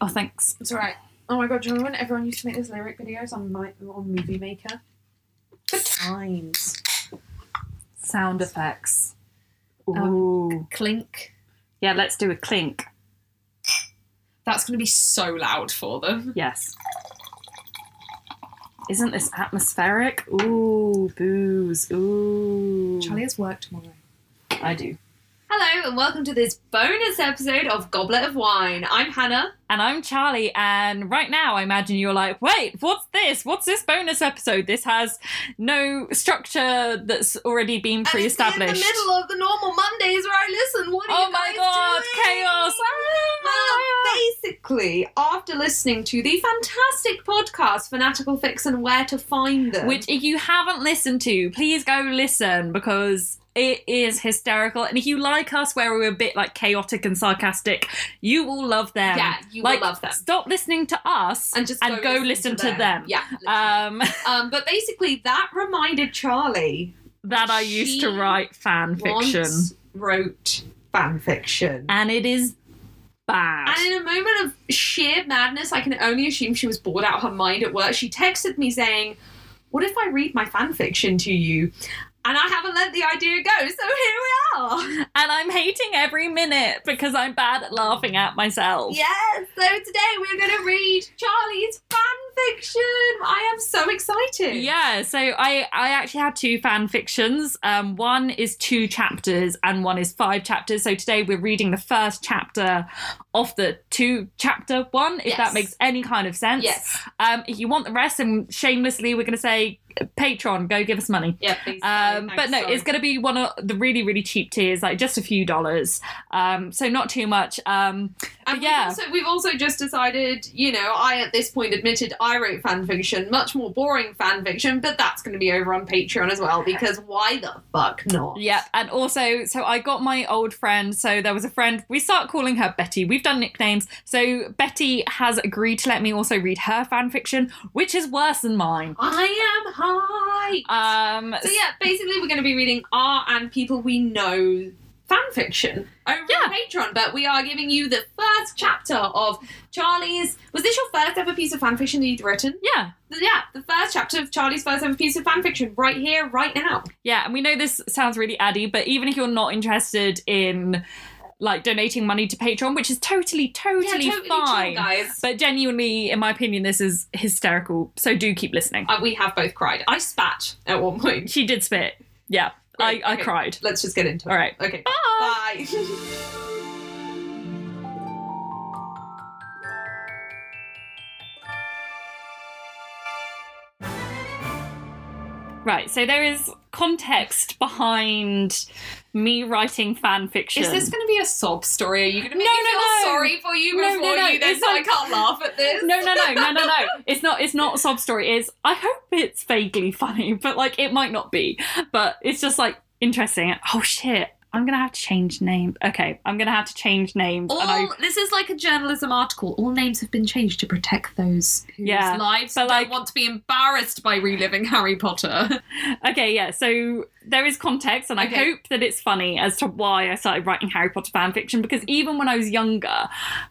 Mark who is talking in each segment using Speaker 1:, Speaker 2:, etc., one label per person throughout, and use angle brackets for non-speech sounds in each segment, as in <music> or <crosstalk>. Speaker 1: Oh, thanks.
Speaker 2: It's alright. Oh my god, do you remember when everyone used to make those lyric videos on my, on Movie Maker? Good times.
Speaker 1: Sound effects.
Speaker 2: Um,
Speaker 1: Ooh.
Speaker 2: Clink.
Speaker 1: yeah, let's do a clink.
Speaker 2: That's going to be so loud for them.
Speaker 1: Yes. Isn't this atmospheric? Ooh, booze. Ooh.
Speaker 2: Charlie has work tomorrow.
Speaker 1: I do.
Speaker 3: Hello, and welcome to this bonus episode of Goblet of Wine. I'm Hannah.
Speaker 1: And I'm Charlie, and right now I imagine you're like, wait, what's this? What's this bonus episode? This has no structure that's already been pre
Speaker 3: And
Speaker 1: established.
Speaker 3: it's in the middle of the normal Mondays where I listen. What are
Speaker 1: Oh
Speaker 3: you
Speaker 1: my
Speaker 3: guys
Speaker 1: god,
Speaker 3: doing?
Speaker 1: chaos! Ah!
Speaker 3: Well, basically, after listening to the fantastic podcast Fanatical Fix and Where to Find Them,
Speaker 1: Which, if you haven't listened to, please go listen because it is hysterical. And if you like us, where we're a bit like chaotic and sarcastic, you will love them.
Speaker 3: yeah, you
Speaker 1: like,
Speaker 3: will love them.
Speaker 1: Stop listening to us
Speaker 3: And just
Speaker 1: and go, listen, to them.
Speaker 3: Yeah.
Speaker 1: Um, <laughs>
Speaker 3: um, but basically, that reminded Charlie
Speaker 1: that I used to
Speaker 3: She
Speaker 1: write fan fiction,
Speaker 3: once wrote fan fiction.
Speaker 1: and it is bad.
Speaker 3: And in a moment of sheer madness, I can only assume she was bored out of her mind at work. She texted me saying, What if I read my fan fiction to you? And I haven't let the idea go, so here we
Speaker 1: <laughs>
Speaker 3: are.
Speaker 1: And I'm hating every minute because I'm bad at laughing at myself.
Speaker 3: Yes, so today we're going to read Charlie's fan fiction. I am so excited.
Speaker 1: Yeah, so I I actually had two fan fictions. Um, one is two chapters and one is five chapters. So today we're reading the first chapter of the two chapter one, if that
Speaker 3: Yes.
Speaker 1: makes any kind of sense.
Speaker 3: Yes.
Speaker 1: Um, if you want the rest, and shamelessly we're going to say Patreon, go give us money.
Speaker 3: Yeah, please.
Speaker 1: Um,
Speaker 3: Thanks,
Speaker 1: but no,
Speaker 3: sorry.
Speaker 1: it's going to be one of the really, really cheap tiers, like just a few dollars. Um, so not too much. Um,
Speaker 3: And
Speaker 1: But yeah.
Speaker 3: we've also, we've also just decided, you know, I at this point admitted I wrote fan fiction, much more boring fan fiction, but that's going to be over on Patreon as well because why the fuck not?
Speaker 1: Yeah, and also, so I got my old friend. So there was a friend. We start calling her Betty. We've done nicknames. So Betty has agreed to let me also read her fan fiction, which is worse than mine.
Speaker 3: I am high.
Speaker 1: Um,
Speaker 3: so yeah, basically we're going to be reading R and people we know fan fiction over on Patreon, but we are giving you the first chapter of Charlie's. Was this your first ever piece of fan fiction that you'd written?
Speaker 1: yeah,
Speaker 3: Yeah, the first chapter of Charlie's first ever piece of fan fiction, right here, right now.
Speaker 1: yeah. And we know this sounds really addy, but even if you're not interested in like donating money to Patreon, which is totally, totally,
Speaker 3: yeah, totally chill,
Speaker 1: fine.
Speaker 3: guys.
Speaker 1: but genuinely, in my opinion, this is hysterical. So do keep listening.
Speaker 3: Uh, we have both cried. I spat at one point. <laughs>
Speaker 1: She did spit. Yeah,
Speaker 3: Great,
Speaker 1: I, I
Speaker 3: okay.
Speaker 1: cried.
Speaker 3: Let's just get into it.
Speaker 1: All right.
Speaker 3: Okay.
Speaker 1: Bye.
Speaker 3: Bye. <laughs>
Speaker 1: Right, so there is context behind me writing fan fiction.
Speaker 2: Is this going to be a sob story? Are you going to make
Speaker 1: No,
Speaker 2: me
Speaker 1: no,
Speaker 2: feel
Speaker 1: no.
Speaker 2: sorry for you
Speaker 1: No, no,
Speaker 2: before
Speaker 1: no,
Speaker 2: you then
Speaker 1: it's
Speaker 2: so I
Speaker 1: like-
Speaker 2: can't laugh at this?
Speaker 1: no, no, no, no, no,
Speaker 2: <laughs>
Speaker 1: no. It's not. It's not a sob story. It's I hope it's vaguely funny, but like it might not be. But it's just like interesting. Oh shit! I'm gonna have to change name. Okay, I'm gonna have to change names.
Speaker 2: All,
Speaker 1: and I,
Speaker 2: this is like a journalism article. All names have been changed to protect those whose
Speaker 1: Yeah,
Speaker 2: lives
Speaker 1: but
Speaker 2: don't
Speaker 1: like-
Speaker 2: want to be embarrassed by reliving Harry Potter. <laughs>
Speaker 1: Okay, yeah. So there is context, and I
Speaker 2: Okay.
Speaker 1: hope that it's funny as to why I started writing Harry Potter fan fiction. Because even when I was younger,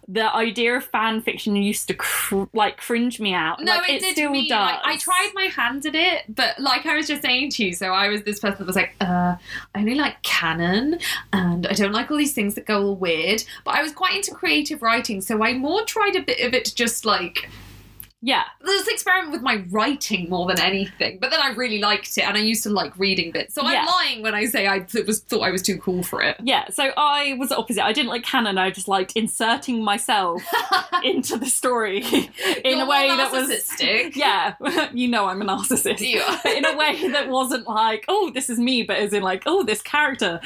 Speaker 1: the idea of fan fiction used to cr- like cringe me out.
Speaker 2: no,
Speaker 1: like,
Speaker 2: it, did
Speaker 1: still
Speaker 2: me.
Speaker 1: does.
Speaker 2: Like, I tried my hand at it, but like I was just saying to you, so I was this person that was like, uh, I only like canon, and I don't like all these things that go all weird. But I was quite into creative writing, so I more tried a bit of it to just like
Speaker 1: Yeah,
Speaker 2: this experiment with my writing more than anything. But then I really liked it, and I used to like reading bits. So
Speaker 1: Yeah.
Speaker 2: I'm lying when I say I th- was thought I was too cool for it.
Speaker 1: yeah. So I was the opposite. I didn't like canon. I just liked inserting
Speaker 2: <laughs>
Speaker 1: myself into the story in
Speaker 2: You're
Speaker 1: a way
Speaker 2: more
Speaker 1: that was. <laughs>
Speaker 2: narcissistic.
Speaker 1: Yeah, you know I'm a narcissist.
Speaker 2: You are.
Speaker 1: But <laughs> in a way that wasn't like, oh, this is me, but as in like, oh, this character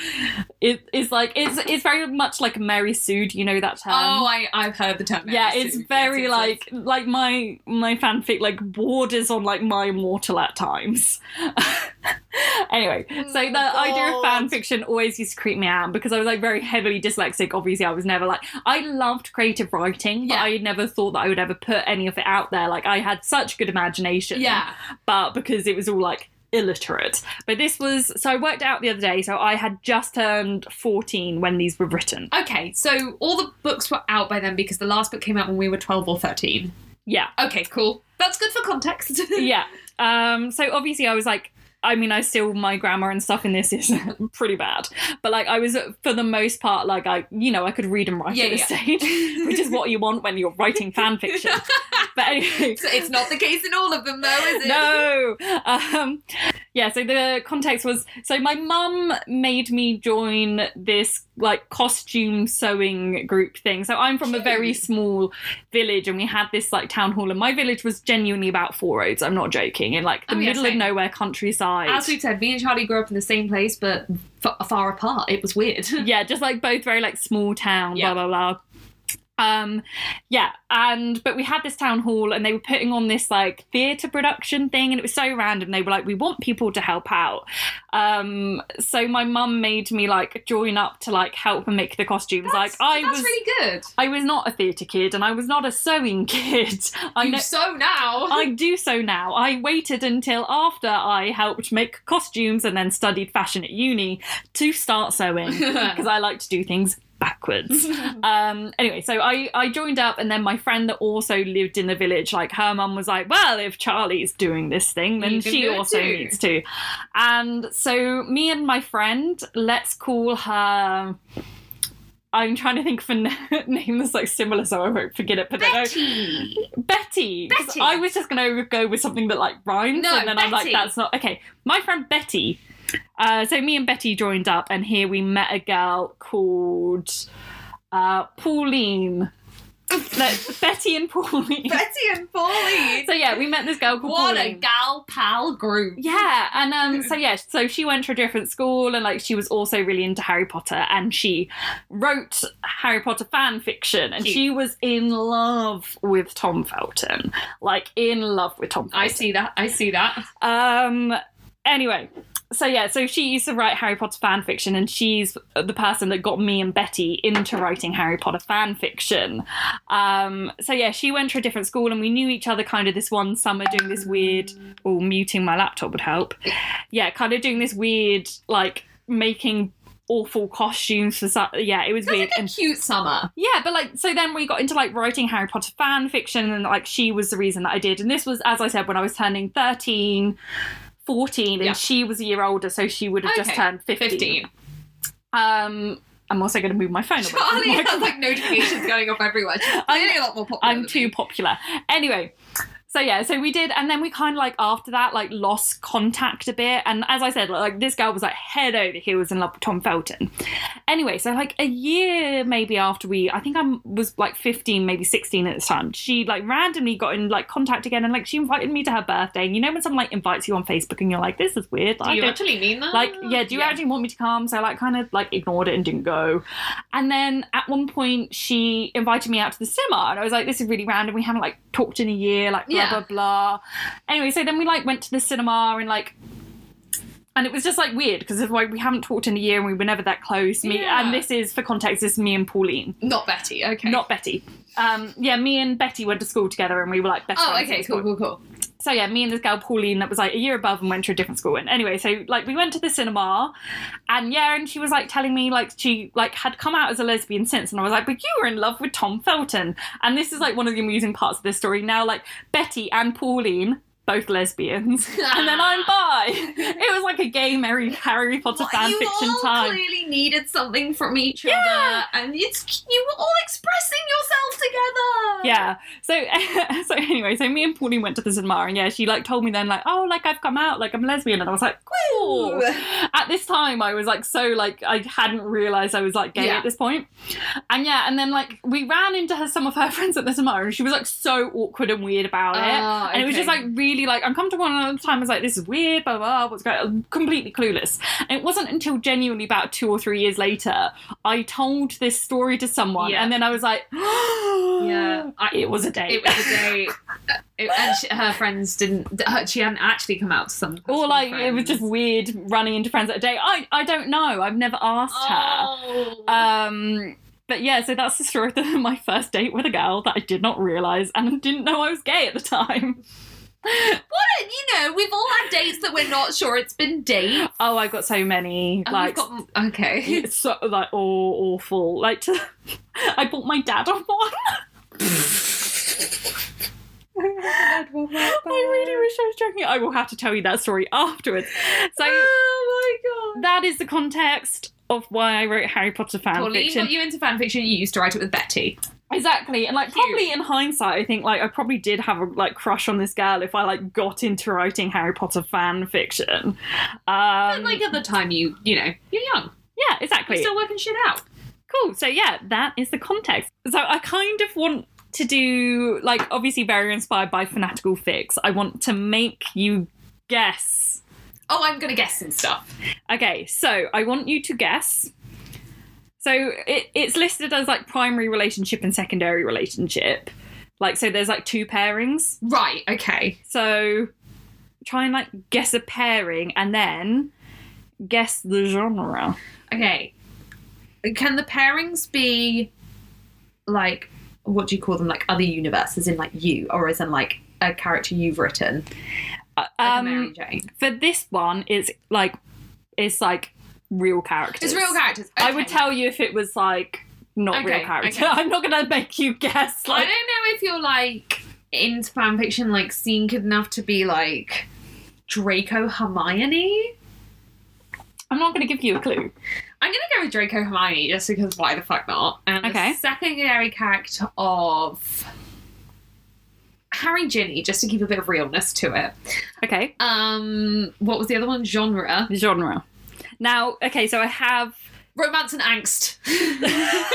Speaker 1: is is like it's it's very much like Mary Sued, you know that term.
Speaker 2: <laughs> oh, I I've heard the term.
Speaker 1: um, yeah,
Speaker 2: narcissistic.
Speaker 1: it's
Speaker 2: Yes,
Speaker 1: very
Speaker 2: yes, yes.
Speaker 1: like like my my fanfic like borders on like my immortal at times. <laughs> anyway, so
Speaker 2: Oh
Speaker 1: the idea of fan fiction always used to creep me out because I was like very heavily dyslexic. Obviously, I was never like I loved creative writing, but
Speaker 2: Yeah.
Speaker 1: I never thought that I would ever put any of it out there. Like I had such good imagination,
Speaker 2: yeah.
Speaker 1: but because it was all like illiterate. But this was so I worked out the other day. So I had just turned fourteen when these were written.
Speaker 2: Okay, so all the books were out by then because the last book came out when we were 12 or 13. <laughs>
Speaker 1: Yeah,
Speaker 2: Okay, cool. That's good for context. <laughs>
Speaker 1: yeah. Um, so obviously I was like. I mean, I still my grammar and stuff in this is <laughs> pretty bad, but like I was for the most part like I, you know, I could read and write
Speaker 2: Yeah,
Speaker 1: at this
Speaker 2: yeah.
Speaker 1: stage, <laughs> which is what you want when you're writing fan
Speaker 2: <laughs>
Speaker 1: fiction. But anyway,
Speaker 2: So it's not the case in all of them, though, is it?
Speaker 1: no. Um, yeah, so the context was so my mum made me join this like costume sewing group thing. So I'm from a very
Speaker 2: Cute.
Speaker 1: small village and we had this like town hall and my village was genuinely about four roads, I'm not joking, in like the
Speaker 2: Oh, yeah,
Speaker 1: middle of
Speaker 2: same.
Speaker 1: nowhere countryside.
Speaker 2: As we said, me and Charlie grew up in the same place, but f- far apart. It was weird. <laughs>
Speaker 1: yeah, just like both very like small town,
Speaker 2: Yeah.
Speaker 1: blah blah blah. Um, yeah, and but we had this town hall, and they were putting on this like theatre production thing, and it was so random. They were like, "We want people to help out." Um, so my mum made me like join up to like help and make the costumes. like
Speaker 2: That's-
Speaker 1: I
Speaker 2: that's
Speaker 1: was,
Speaker 2: really good.
Speaker 1: I was not a theatre kid, and I was not a sewing <laughs> kid. I
Speaker 2: you
Speaker 1: know.
Speaker 2: so now. <laughs>
Speaker 1: I do so now. I waited until after I helped make costumes and then studied fashion at uni to start sewing
Speaker 2: <laughs>
Speaker 1: because I like to do things backwards. um, anyway, so I, I joined up, and then my friend that also lived in the village, like her mum was like, Well, if Charlie's doing this thing, then
Speaker 2: You can
Speaker 1: she
Speaker 2: do it
Speaker 1: also
Speaker 2: too."
Speaker 1: needs to. And so me and my friend, let's call her. I'm trying to think of a <laughs> n- name that's like similar, so I won't forget it. But then I-
Speaker 2: Betty.
Speaker 1: Betty. 'Cause
Speaker 2: Betty.
Speaker 1: I was just going to go with something that like rhymes,
Speaker 2: No,
Speaker 1: and then I'm like,
Speaker 2: Betty.
Speaker 1: that's not okay. My friend Betty. Uh, so me and Betty joined up, and here we met a girl called uh, Pauline. No, Betty and Pauline.
Speaker 2: Betty and Pauline. <laughs>
Speaker 1: so yeah, we met this girl called
Speaker 2: what a
Speaker 1: Pauline.
Speaker 2: gal pal group.
Speaker 1: Yeah, and um, so yeah, so she went to a different school, and like she was also really into Harry Potter, and she wrote Harry Potter fan fiction, and
Speaker 2: Cute.
Speaker 1: she was in love with Tom Felton, like in love with Tom. Felton.
Speaker 2: I see that. I see that.
Speaker 1: Um. Anyway, so yeah, so she used to write Harry Potter fan fiction, and she's the person that got me and Betty into writing Harry Potter fan fiction. Um. So yeah, she went to a different school, and we knew each other kind of this one summer doing this weird. Or muting my laptop would help. Yeah, kind of doing this weird like making awful costumes for. so- Yeah, it was
Speaker 2: That's
Speaker 1: weird.
Speaker 2: like a
Speaker 1: and
Speaker 2: cute summer.
Speaker 1: yeah, but like, so then we got into like writing Harry Potter fan fiction, and like, she was the reason that I did. And this was, as I said, when I was turning 13, 14, and
Speaker 2: Yeah.
Speaker 1: she was a year older, so she would have just
Speaker 2: Okay,
Speaker 1: turned 15.
Speaker 2: 15.
Speaker 1: Um, I'm also going to move my phone away. from the <laughs>
Speaker 2: Charlie has
Speaker 1: microphone.
Speaker 2: like notifications going off everywhere. She's clearly a lot more popular.
Speaker 1: <laughs> I'm
Speaker 2: than
Speaker 1: too
Speaker 2: me.
Speaker 1: popular. Anyway, so yeah, so we did, and then we kind of like after that like lost contact a bit. And as I said, like this girl was like head over heels in love with Tom Felton. Anyway, so like a year maybe after we, I think I was like 15, maybe 16 at this time. She like randomly got in like contact again, and like she invited me to her birthday. And you know when someone like invites you on Facebook, and you're like, this is weird.
Speaker 2: Do
Speaker 1: Like,
Speaker 2: you
Speaker 1: I don't-
Speaker 2: actually mean that?
Speaker 1: like yeah do you actually want me to come so I, like kind of like ignored it and didn't go and then at one point she invited me out to the cinema and i was like this is really random we haven't like talked in a year like blah
Speaker 2: Yeah.
Speaker 1: blah blah anyway so then we like went to the cinema and like and it was just like weird because it's like we haven't talked in a year and we were never that close me
Speaker 2: Yeah.
Speaker 1: and this is for context this is me and pauline
Speaker 2: Not Betty. Okay.
Speaker 1: not betty um yeah me and betty went to school together and we were like best
Speaker 2: Oh,
Speaker 1: friends at
Speaker 2: okay.
Speaker 1: this
Speaker 2: Cool.
Speaker 1: point
Speaker 2: Cool. Cool.
Speaker 1: so yeah, me and this girl Pauline that was like a year above and went to a different school. And anyway, so like we went to the cinema, and yeah, and she was like telling me like she like had come out as a lesbian since, and I was like, but you were in love with Tom Felton, and this is like one of the amusing parts of this story. Now like Betty and Pauline. Both
Speaker 2: <laughs>
Speaker 1: lesbians, and then I'm bi. It was like a gay Mary Harry Potter
Speaker 2: Well,
Speaker 1: fan
Speaker 2: you
Speaker 1: fiction
Speaker 2: all
Speaker 1: time.
Speaker 2: clearly needed something from each
Speaker 1: Yeah.
Speaker 2: other, and it's you were all expressing yourself together.
Speaker 1: Yeah. So <laughs> so anyway, so me and Pauline went to the cinema, and yeah, she like told me then like, oh, like I've come out, like I'm lesbian, and I was like, cool.
Speaker 2: Ooh.
Speaker 1: At this time, I was like so like I hadn't realized I was like gay
Speaker 2: Yeah.
Speaker 1: at this point, and yeah, and then like we ran into her some of her <laughs> friends at the cinema, and she was like so awkward and weird about it.
Speaker 2: Ah,
Speaker 1: And it was
Speaker 2: okay.
Speaker 1: just like really like uncomfortable, and at the time I was like, "This is weird, blah blah, blah what's going?" I'm completely clueless. And it wasn't until genuinely about two or three years later I told this story to someone,
Speaker 2: Yeah.
Speaker 1: and then I was like, <gasps>
Speaker 2: Yeah, I-
Speaker 1: it was a date."
Speaker 2: It
Speaker 1: <laughs>
Speaker 2: was a day, it, and she, her friends didn't. Her, she hadn't actually come out to some.
Speaker 1: or
Speaker 2: some
Speaker 1: like it was
Speaker 2: friends.
Speaker 1: just weird running into friends at a date. I I don't know. I've never asked
Speaker 2: Oh.
Speaker 1: her. Um, but yeah, so that's the <laughs> story of my first date with a girl that I did not realize and didn't know I was gay at the time.
Speaker 2: What? You know, we've all had dates that we're not sure it's been date.
Speaker 1: Oh, I got so many.
Speaker 2: And
Speaker 1: like,
Speaker 2: we've got, okay.
Speaker 1: it's so like all awful. Like, to, <laughs> I bought my <laughs> dad on one. I really wish I was joking. I will have to tell you that story afterwards. So
Speaker 2: <gasps> oh my god.
Speaker 1: that is the context of why I wrote Harry Potter fan
Speaker 2: Pauline
Speaker 1: fiction.
Speaker 2: got you into fan fiction. You used to write it with Betty.
Speaker 1: Exactly, and like
Speaker 2: Cute.
Speaker 1: probably in hindsight, I think like I probably did have a like crush on this girl if I like got into writing Harry Potter fan fiction. Um,
Speaker 2: and like at the time, you you know you're young.
Speaker 1: yeah,
Speaker 2: You're
Speaker 1: exactly.
Speaker 2: still working shit out.
Speaker 1: cool. So yeah, that is the context. So I kind of want to do like obviously very inspired by fanatical fix. I want to make you guess.
Speaker 2: Oh, I'm gonna guess some stuff.
Speaker 1: Okay, so I want you to guess. So it, it's listed as like primary relationship and secondary relationship. Like so there's like two pairings.
Speaker 2: Right. Okay.
Speaker 1: So try and like guess a pairing and then guess the genre.
Speaker 2: Okay. Can the pairings be like what do you call them? Like other universes in like you, or as in like a character you've written,
Speaker 1: Uh,
Speaker 2: like a
Speaker 1: um,
Speaker 2: Mary Jane?
Speaker 1: for this one it's like it's like real characters.
Speaker 2: It's real characters.
Speaker 1: I would
Speaker 2: Okay.
Speaker 1: tell you if it was like not
Speaker 2: Okay,
Speaker 1: real character.
Speaker 2: okay.
Speaker 1: <laughs> I'm not gonna make you guess.
Speaker 2: I
Speaker 1: Like,
Speaker 2: don't know if you're like into fan fiction, like seeing good enough to be like Draco Hermione.
Speaker 1: I'm not gonna give you a clue.
Speaker 2: I'm gonna go with Draco Hermione just because why the fuck not? And
Speaker 1: Okay.
Speaker 2: the secondary character of Harry Ginny, just to keep a bit of realness to it.
Speaker 1: Okay,
Speaker 2: Um, what was the other one? Genre,
Speaker 1: genre. Now, okay, so I have. <laughs>
Speaker 2: romance, and angst.
Speaker 1: I'm just gonna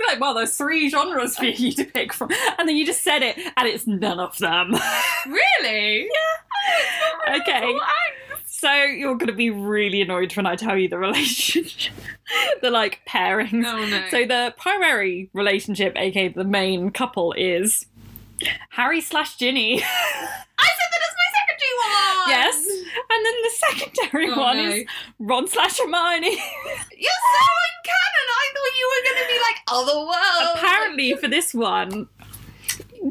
Speaker 1: be like, well, there's three genres for you to pick from, and then you just said it, and it's none of
Speaker 2: <laughs>
Speaker 1: them. <laughs>
Speaker 2: really?
Speaker 1: okay, so you're gonna be really annoyed when I tell you the relationship, <laughs> the like pairings.
Speaker 2: No, Oh, no.
Speaker 1: So the primary relationship, aka the main couple, is Harry slash Ginny. <laughs>
Speaker 2: I said that as my secondary one.
Speaker 1: Yes. And then the secondary
Speaker 2: Oh,
Speaker 1: one
Speaker 2: no.
Speaker 1: is Ron slash Hermione. <laughs>
Speaker 2: You're so uncanon. I thought you were going to be like otherworld.
Speaker 1: Apparently, for this one,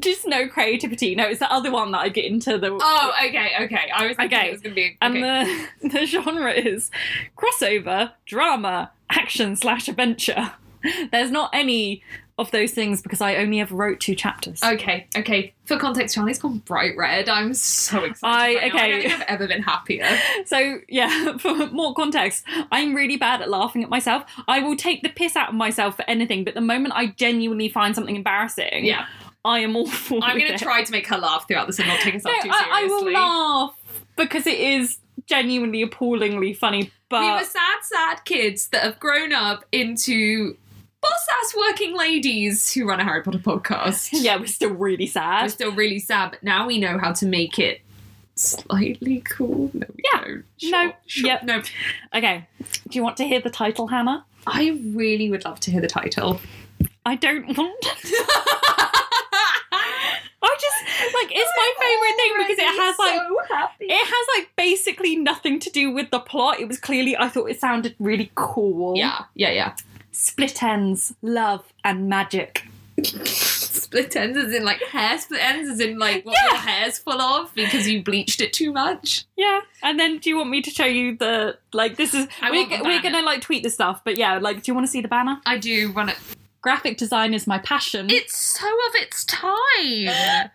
Speaker 1: just no creativity. No, it's the other one that I get into the.
Speaker 2: Oh, okay, okay. I was thinking
Speaker 1: Okay.
Speaker 2: it was going to be.
Speaker 1: and
Speaker 2: okay.
Speaker 1: the <laughs> the genre is crossover, drama, action slash adventure. <laughs> There's not any of those things because I only ever wrote two chapters.
Speaker 2: Okay, okay. For context, Charlie's gone bright red. I'm so excited.
Speaker 1: I-
Speaker 2: right now. I
Speaker 1: okay.
Speaker 2: don't think I've ever been happier.
Speaker 1: <laughs> So yeah, <laughs> for more context, I'm really bad at laughing at myself. I will take the piss out of myself for anything, but the moment I genuinely find something embarrassing,
Speaker 2: Yeah,
Speaker 1: I am <laughs> awful.
Speaker 2: I'm going
Speaker 1: with
Speaker 2: to
Speaker 1: it.
Speaker 2: try to make her laugh throughout this and not take
Speaker 1: No,
Speaker 2: herself too seriously.
Speaker 1: I, I will laugh because it is genuinely appallingly funny. But
Speaker 2: We were sad, sad kids that have grown up into boss ass working ladies who run a Harry Potter podcast.
Speaker 1: <laughs> yeah, we're still really
Speaker 2: We're
Speaker 1: sad.
Speaker 2: still really sad, but now we know how to make it slightly cool. No, we
Speaker 1: Yeah.
Speaker 2: don't. Sure,
Speaker 1: No.
Speaker 2: sure.
Speaker 1: Yep.
Speaker 2: No.
Speaker 1: Okay, do you want to hear the title, Hannah?
Speaker 2: I really would love to hear the title.
Speaker 1: <laughs> I don't <laughs> want. I just like it's my favorite thing because it has like
Speaker 2: Oh, happy.
Speaker 1: It has like basically nothing to do with the plot. It was clearly I thought it sounded really cool.
Speaker 2: Yeah, yeah, yeah.
Speaker 1: Split ends, love and magic.
Speaker 2: Split ends as in like hair split ends as in like what your hair's full of because you bleached it too much.
Speaker 1: Yeah. And then do you want me to show you the like this is
Speaker 2: I
Speaker 1: we're,
Speaker 2: want the
Speaker 1: g- we're
Speaker 2: banner.
Speaker 1: gonna like tweet this stuff, but yeah, like do you wanna see the banner?
Speaker 2: I do run it.
Speaker 1: Graphic design is my passion.
Speaker 2: It's so of its time.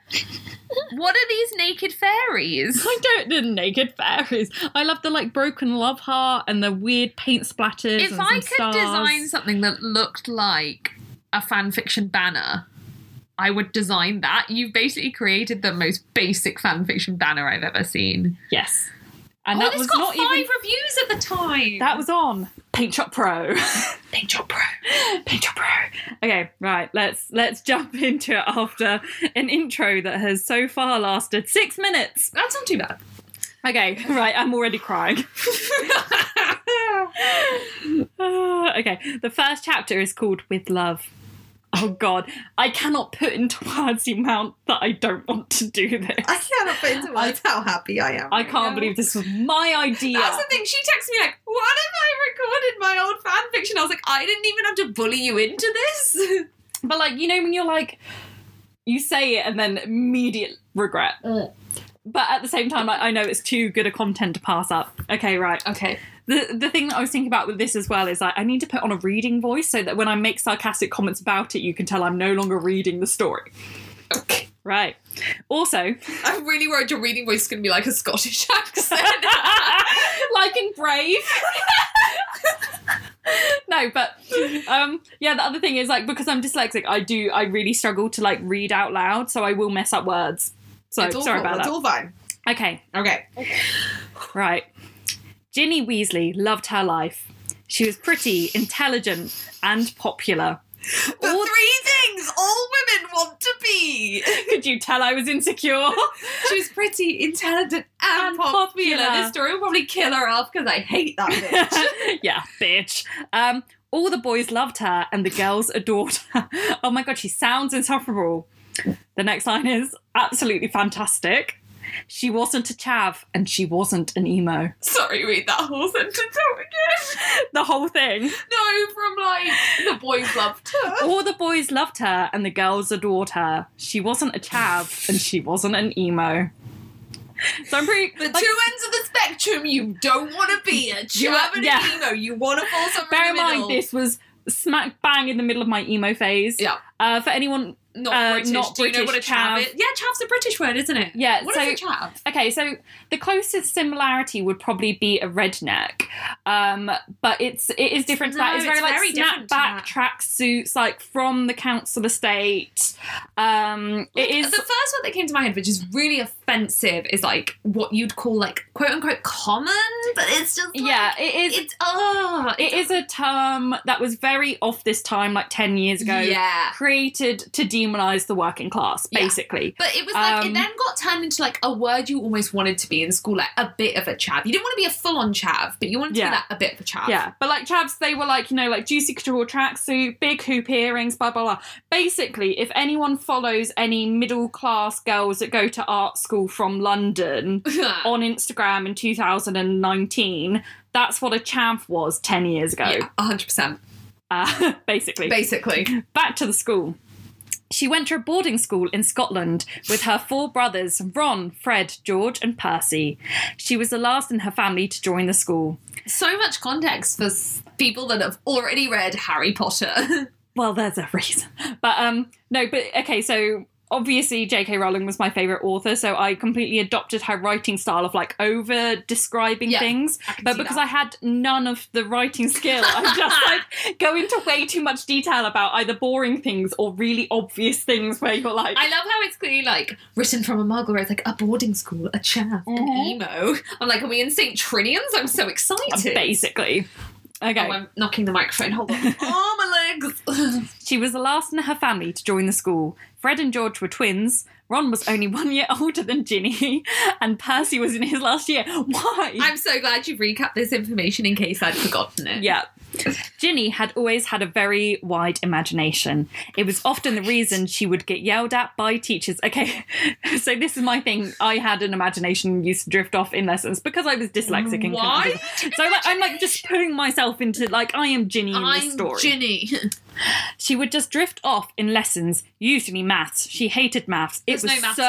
Speaker 2: what are these naked fairies?
Speaker 1: <laughs> I don't the naked fairies. I love the like broken love heart and the weird paint splatters.
Speaker 2: If
Speaker 1: and
Speaker 2: I
Speaker 1: some
Speaker 2: could
Speaker 1: stars.
Speaker 2: design something that looked like a fan fiction banner, I would design that. You've basically created the most basic fan fiction banner I've ever seen.
Speaker 1: Yes. And
Speaker 2: oh,
Speaker 1: that
Speaker 2: this
Speaker 1: was
Speaker 2: got
Speaker 1: not
Speaker 2: five
Speaker 1: even
Speaker 2: reviews at the time.
Speaker 1: That was on Paint Shop Pro. Paint Shop Pro. <laughs> Paint Shop Pro. Okay, right. Let's let's jump <laughs> into it after an intro that has so far lasted six minutes.
Speaker 2: that's not too bad.
Speaker 1: Okay, <laughs> right. I'm already crying. <laughs> Ah, okay, the first chapter is called With Love. Oh God, I cannot put into <laughs> words the amount that I don't want to do this.
Speaker 3: I cannot put into words how happy I am.
Speaker 1: I
Speaker 3: right
Speaker 1: can't
Speaker 3: now.
Speaker 1: believe this was my idea.
Speaker 2: That's the thing. She texted me like, "What if I recorded my old fan fiction?" I was like, "I didn't even have to bully you into this." <laughs>
Speaker 1: But like, you know, when you're like, you say it and then immediate regret.
Speaker 2: Ugh.
Speaker 1: But at the same time, I, I know it's too good a content to pass up. Okay, right.
Speaker 2: Okay.
Speaker 1: The the thing that I was thinking about with this as well is like I need to put on a reading voice so that when I make sarcastic comments about it, you can tell I'm no longer reading the story.
Speaker 2: Okay.
Speaker 1: Right. Also,
Speaker 2: I'm really worried your reading voice is going to be like a Scottish <laughs>
Speaker 1: <laughs>
Speaker 2: accent.
Speaker 1: like in Brave. <laughs> no, but um, yeah. The other thing is like because I'm dyslexic, I do I really struggle to like read out loud, so I will mess up words. So
Speaker 3: it's all,
Speaker 1: sorry about
Speaker 3: it's
Speaker 1: that.
Speaker 3: all fine.
Speaker 1: okay,
Speaker 3: Okay.
Speaker 1: right. Ginny Weasley loved her life. She was pretty, intelligent, and popular.
Speaker 2: The
Speaker 1: All-
Speaker 2: three things all women want to be.
Speaker 1: Could you tell I was insecure?
Speaker 2: She's pretty, intelligent, and,
Speaker 1: And
Speaker 2: popular.
Speaker 1: popular.
Speaker 2: This story will probably kill her off because I hate that bitch.
Speaker 1: <laughs> yeah, bitch. Um, all the boys loved her and the girls adored her. Oh my god, she sounds insufferable. The next line is absolutely fantastic. She wasn't a chav and she wasn't an emo. <laughs>
Speaker 2: Sorry, read that whole sentence out again.
Speaker 1: The whole thing.
Speaker 2: No, from like the
Speaker 1: <laughs>
Speaker 2: boys loved her.
Speaker 1: All the boys loved her and the girls adored her. She wasn't a chav and she wasn't an emo. So I'm pretty.
Speaker 2: The
Speaker 1: like,
Speaker 2: two ends of the spectrum you don't want to
Speaker 1: <laughs>
Speaker 2: be a
Speaker 1: You
Speaker 2: chav and
Speaker 1: are-
Speaker 2: an emo. You want to fall somewhere
Speaker 1: bear
Speaker 2: in
Speaker 1: in
Speaker 2: the middle.
Speaker 1: mind, this was smack bang in the middle of my emo phase.
Speaker 2: Yeah.
Speaker 1: Uh, for anyone
Speaker 2: Not
Speaker 1: uh,
Speaker 2: British.
Speaker 1: not
Speaker 2: Do you know what a
Speaker 1: British
Speaker 2: chav,
Speaker 1: chav.
Speaker 2: is? Yeah, chav's a British word, isn't it?
Speaker 1: Yeah,
Speaker 2: What
Speaker 1: so-
Speaker 2: is a chav?
Speaker 1: Okay, so the closest similarity would probably be a redneck, um, but it's it is different to that.
Speaker 2: No,
Speaker 1: It's very
Speaker 2: it's
Speaker 1: like
Speaker 2: very different to
Speaker 1: snapback
Speaker 2: that.
Speaker 1: tracksuits, like from the council estate. Um, it
Speaker 2: Like,
Speaker 1: is
Speaker 2: the first one that came to my head, which is really offensive, is like what you'd call like quote unquote common, but it's just like,
Speaker 1: yeah, it is.
Speaker 2: it's oh,
Speaker 1: it is a term that was very off this time, like ten years ago.
Speaker 2: yeah.
Speaker 1: Created to demonize the working class,
Speaker 2: Yeah.
Speaker 1: basically.
Speaker 2: But it was like
Speaker 1: Um,
Speaker 2: it then got turned into like a word you almost wanted to be in school, like a bit of a chav. You didn't want to be a full on chav, but you wanted to
Speaker 1: Yeah.
Speaker 2: be that a bit of a chav.
Speaker 1: Yeah, Uh, but like chavs, they were like, you know, like juicy couture tracksuit, big hoop earrings, blah, blah, blah. Basically, if anyone follows any middle class girls that go to art school from London <laughs>
Speaker 2: <laughs>
Speaker 1: on Instagram in 2019, that's what a chav was 10 years ago,
Speaker 2: yeah, hundred percent,
Speaker 1: <laughs> uh, basically.
Speaker 2: basically.
Speaker 1: Back to the school. She went to a boarding school in Scotland with her four brothers, Ron, Fred, George, and Percy. She was the last in her family to join the school.
Speaker 2: So much context for s- people that have already read Harry Potter. <laughs>
Speaker 1: well there's a <laughs> reason but um no but okay so obviously jk rowling was my favorite author so i completely adopted her writing style of like over describing
Speaker 2: Yeah,
Speaker 1: things
Speaker 2: I can
Speaker 1: but
Speaker 2: see
Speaker 1: because
Speaker 2: that.
Speaker 1: i had none of the writing skill i
Speaker 2: <laughs>
Speaker 1: just like go into way too much detail about either boring things or really obvious things where you're like
Speaker 2: I love how it's clearly like written from a mug where it's like a boarding school, a chav, an
Speaker 1: Mhm.
Speaker 2: emo. I'm like, are we in St. Trinian's? I'm so excited.
Speaker 1: basically
Speaker 2: Oh,
Speaker 1: okay
Speaker 2: I'm knocking the microphone.
Speaker 1: <laughs>
Speaker 2: Hold on. oh, my legs. <laughs>
Speaker 1: She was the last in her family to join the school. Fred and George were twins. Ron was only <laughs> one year older than Ginny, and Percy was in his last year. Why?
Speaker 2: I'm so glad you've recapped this information in case I'd forgotten it.
Speaker 1: Yeah. Ginny had always had a very wide imagination. It was often the reason she would get yelled at by teachers. Okay, <laughs> so this is my thing. I had an imagination used to drift off in lessons because I was dyslexic and
Speaker 2: Why?
Speaker 1: couldn't- So like, I'm like just putting myself into like I am Ginny in this
Speaker 2: I'm
Speaker 1: story.
Speaker 2: Ginny. <laughs>
Speaker 1: She would just drift off in lessons, usually maths. She hated maths. It
Speaker 2: There's
Speaker 1: was
Speaker 2: no maths at
Speaker 1: so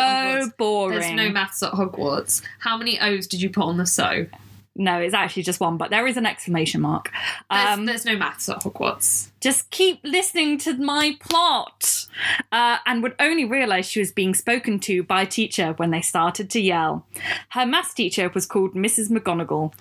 Speaker 2: Hogwarts.
Speaker 1: boring.
Speaker 2: There's no maths at Hogwarts. How many O's did you put on the so?
Speaker 1: No, it's actually just one, but there is an exclamation mark.
Speaker 2: There's,
Speaker 1: Um,
Speaker 2: there's no maths at Hogwarts.
Speaker 1: just keep listening to my plot uh, and would only realize she was being spoken to by a teacher when they started to yell her maths teacher was called mrs mcgonagall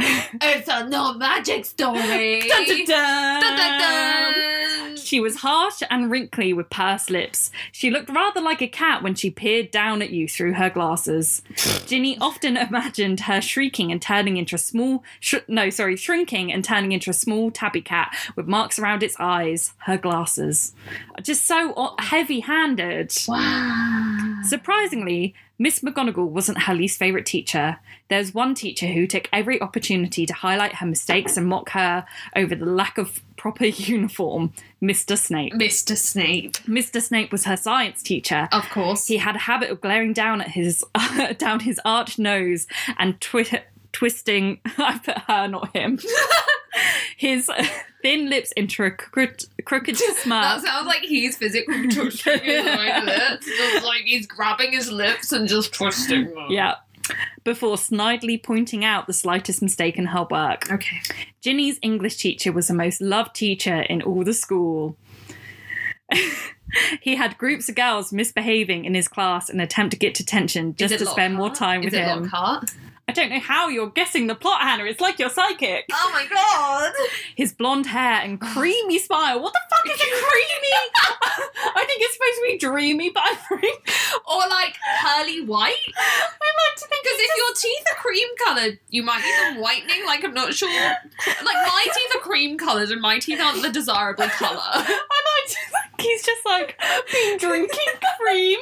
Speaker 2: It's a non magic story.
Speaker 1: Dun, dun, dun.
Speaker 2: Dun, dun, dun.
Speaker 1: she was harsh and wrinkly with pursed lips. She looked rather like a cat when she peered down at you through her glasses. Ginny often imagined her shrieking and turning into a small, sh- no, sorry, shrinking and turning into a small tabby cat with marks around its eyes, her glasses. Just so o- heavy handed.
Speaker 2: Wow.
Speaker 1: Surprisingly, Miss McGonagall wasn't her least favourite teacher. There's one teacher who took every opportunity to highlight her mistakes and mock her over the lack of proper <laughs> uniform, Mr. Snape.
Speaker 2: Mr. Snape.
Speaker 1: Mr. Snape was her science teacher.
Speaker 2: Of course.
Speaker 1: He had a habit of glaring down at his <laughs> down his arch nose and twi- <laughs> twisting. I put her, not him. his thin lips into a crit-
Speaker 2: <laughs>
Speaker 1: crooked
Speaker 2: That
Speaker 1: smirk.
Speaker 2: sounds like he's
Speaker 1: <laughs>
Speaker 2: physically twisting his own lips. Just like he's grabbing his lips and just twisting them.
Speaker 1: yeah. Before snidely pointing out the slightest mistake in her work.
Speaker 2: Okay.
Speaker 1: Ginny's English teacher was the most loved teacher in all the school. <laughs> he had groups of girls misbehaving in his class and attempt to get attention just
Speaker 2: Is it
Speaker 1: to spend more
Speaker 2: Lockhart?
Speaker 1: time
Speaker 2: Is
Speaker 1: with
Speaker 2: it
Speaker 1: him.
Speaker 2: Lockhart?
Speaker 1: I don't know how you're guessing the plot, Hannah. It's like you're psychic.
Speaker 2: Oh my god!
Speaker 1: His blonde hair and creamy smile. What the fuck is a creamy? <laughs> I think it's supposed to be dreamy, but I think
Speaker 2: Or like curly white?
Speaker 1: I like to think
Speaker 2: Because if your teeth are cream coloured, you might need them whitening. Like I'm not sure. Like my teeth are cream coloured, and my teeth aren't the desirable
Speaker 1: <laughs>
Speaker 2: colour.
Speaker 1: I like to think he's just like been drinking
Speaker 2: <laughs>
Speaker 1: cream,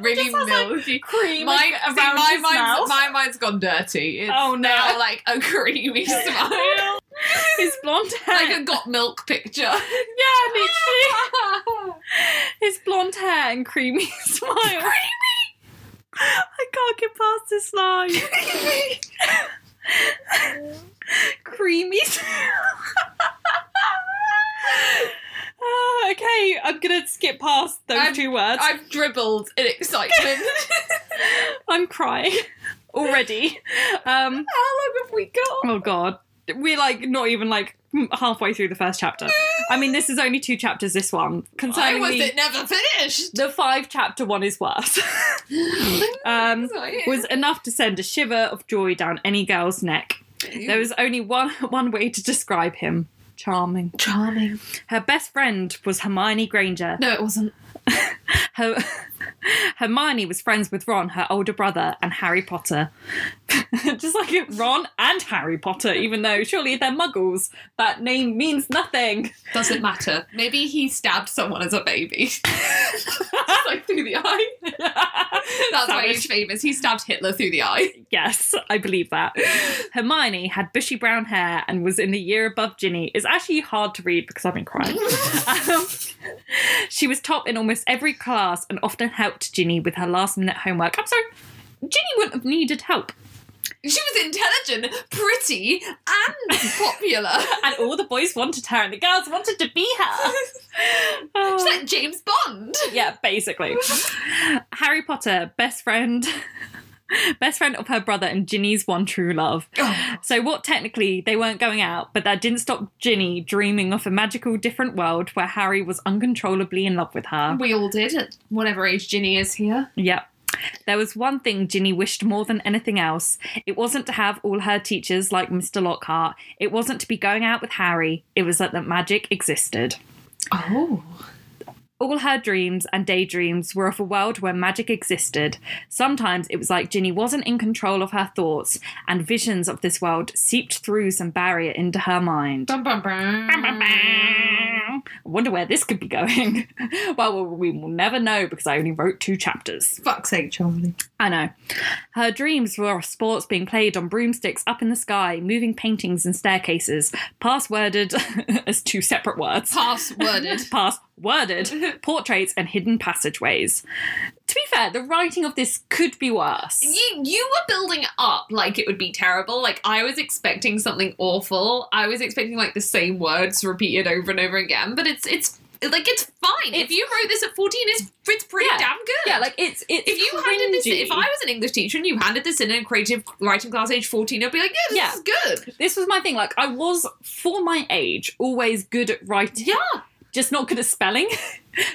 Speaker 2: Really
Speaker 1: Just sounds like
Speaker 2: milky.
Speaker 1: cream
Speaker 2: Mine,
Speaker 1: like,
Speaker 2: see,
Speaker 1: around
Speaker 2: my,
Speaker 1: his mouth.
Speaker 2: mind's, my mind's gone dirty. It's
Speaker 1: Oh, no.
Speaker 2: now like
Speaker 1: <laughs>
Speaker 2: a creamy smile, <laughs>
Speaker 1: His blonde hair.
Speaker 2: like a got
Speaker 1: <laughs>
Speaker 2: milk picture.
Speaker 1: yeah, literally.
Speaker 2: <laughs>
Speaker 1: His blonde hair and creamy <laughs> smile. Creamy. I can't get past this
Speaker 2: <laughs>
Speaker 1: line. creamy. s- Ah, <laughs> okay, I'm gonna skip past those
Speaker 2: I'm-
Speaker 1: two words. I'm,
Speaker 2: I've dribbled
Speaker 1: <laughs>
Speaker 2: in excitement.
Speaker 1: crying already. Um,
Speaker 2: How long have we got?
Speaker 1: oh god, we're like not even like halfway through the first chapter. I mean, this is only two chapters. This one
Speaker 2: Why
Speaker 1: concerning
Speaker 2: was
Speaker 1: the-
Speaker 2: it never finished?
Speaker 1: the five chapter one is worse. <laughs>
Speaker 2: <laughs>
Speaker 1: um, was enough to send a shiver of joy down any girl's neck. There was only one <laughs> one way to describe him. Charming.
Speaker 2: charming.
Speaker 1: Her best friend was Hermione Granger.
Speaker 2: No, it wasn't.
Speaker 1: Her, <laughs> Hermione was friends with Ron, her older brother, and Harry Potter. <laughs> Just like Ron and Harry Potter, even though surely they're muggles. That name means nothing. <laughs>
Speaker 2: Doesn't matter. Maybe he stabbed someone as a baby. <laughs> Just like through the eye. That's why he's famous. He stabbed Hitler through the eye. <laughs>
Speaker 1: Yes, I believe that. Hermione had bushy brown hair and was in the year above Ginny. It's actually hard to read because I've been <laughs> crying. um, she was top in almost every class and often helped Ginny with her last minute homework. I'm sorry, Ginny wouldn't have needed help.
Speaker 2: She was intelligent, pretty, and popular.
Speaker 1: <laughs> And all the boys wanted her and the girls wanted to be <laughs> her.
Speaker 2: She's
Speaker 1: Oh.
Speaker 2: like James Bond.
Speaker 1: yeah, basically. Um, Harry Potter, best friend. <laughs> Best friend of her brother and Ginny's one true love. So, what technically they weren't going out, but that didn't stop Ginny dreaming of a magical different world where Harry was uncontrollably in love with
Speaker 2: <gasps>
Speaker 1: her.
Speaker 2: We all did at whatever age Ginny is here.
Speaker 1: Yep. There was one thing Ginny wished more than anything else. It wasn't to have all her teachers like Mr. Lockhart. It wasn't to be going out with Harry. It was that, that magic existed.
Speaker 2: Oh.
Speaker 1: All her dreams and daydreams were of a world where magic existed. Sometimes it was like Ginny wasn't in control of her thoughts, and visions of this world seeped through some barrier into her mind.
Speaker 2: Bum, bum, bum.
Speaker 1: I wonder where this could be going. <laughs> well, we will never know because I only wrote two chapters.
Speaker 2: Fuck's sake, Charlie.
Speaker 1: I know. Her dreams were of sports being played on broomsticks up in the sky, moving paintings and staircases, passworded <laughs> as two separate words
Speaker 2: <laughs>
Speaker 1: <laughs>
Speaker 2: Passworded.
Speaker 1: past <laughs> worded portraits and hidden passageways. To be fair, the writing of this could be worse.
Speaker 2: You you were building up like it would be terrible. Like I was expecting something awful. I was expecting like the same words repeated over and over again. But it's it's like it's fine. if
Speaker 1: It's-
Speaker 2: you wrote this at fourteen, it's it's pretty
Speaker 1: Yeah.
Speaker 2: damn good.
Speaker 1: Yeah, like it's it's
Speaker 2: if you handed this, if I was an English teacher and you handed this in a creative writing class age fourteen, I'd be like, yeah,
Speaker 1: Yeah.
Speaker 2: this is good.
Speaker 1: this was my thing. Like I was for my age always good at writing,
Speaker 2: Yeah,
Speaker 1: just not good at spelling. <laughs>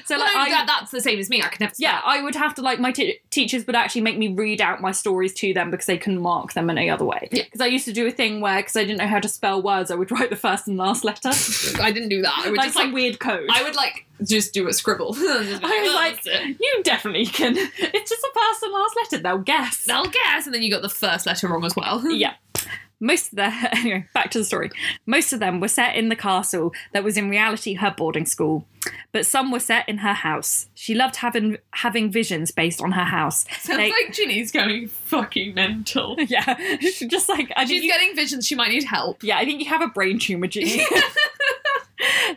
Speaker 1: so like
Speaker 2: Well, no,
Speaker 1: I.
Speaker 2: that, that's the same as me. I could never.
Speaker 1: yeah, I would have to like my t- teachers would actually make me read out my stories to them because they couldn't mark them any other way.
Speaker 2: Yeah.
Speaker 1: Because I used to do a thing where because I didn't know how to spell words, I would write the first and last
Speaker 2: <laughs>
Speaker 1: letter,
Speaker 2: spell. I didn't do that. I would
Speaker 1: like
Speaker 2: just
Speaker 1: some
Speaker 2: like
Speaker 1: weird code.
Speaker 2: I would like just do a scribble.
Speaker 1: <laughs>
Speaker 2: <laughs>
Speaker 1: I was like, you definitely can. <laughs> It's just a first and last letter. They'll guess.
Speaker 2: I'll guess, and then you got the first letter wrong as well. <laughs>
Speaker 1: yeah. Most of the <laughs> anyway, back to the story. Most of them were set in the castle that was in reality her boarding school, but some were set in her house. She loved having having visions based on her house.
Speaker 2: Sounds
Speaker 1: They-
Speaker 2: like Ginny's going fucking <laughs> mental.
Speaker 1: <laughs> Yeah, she's just like I think <laughs>
Speaker 2: She's
Speaker 1: you-
Speaker 2: getting visions. She might need help.
Speaker 1: yeah, I think you have a brain tumor, Ginny. <laughs>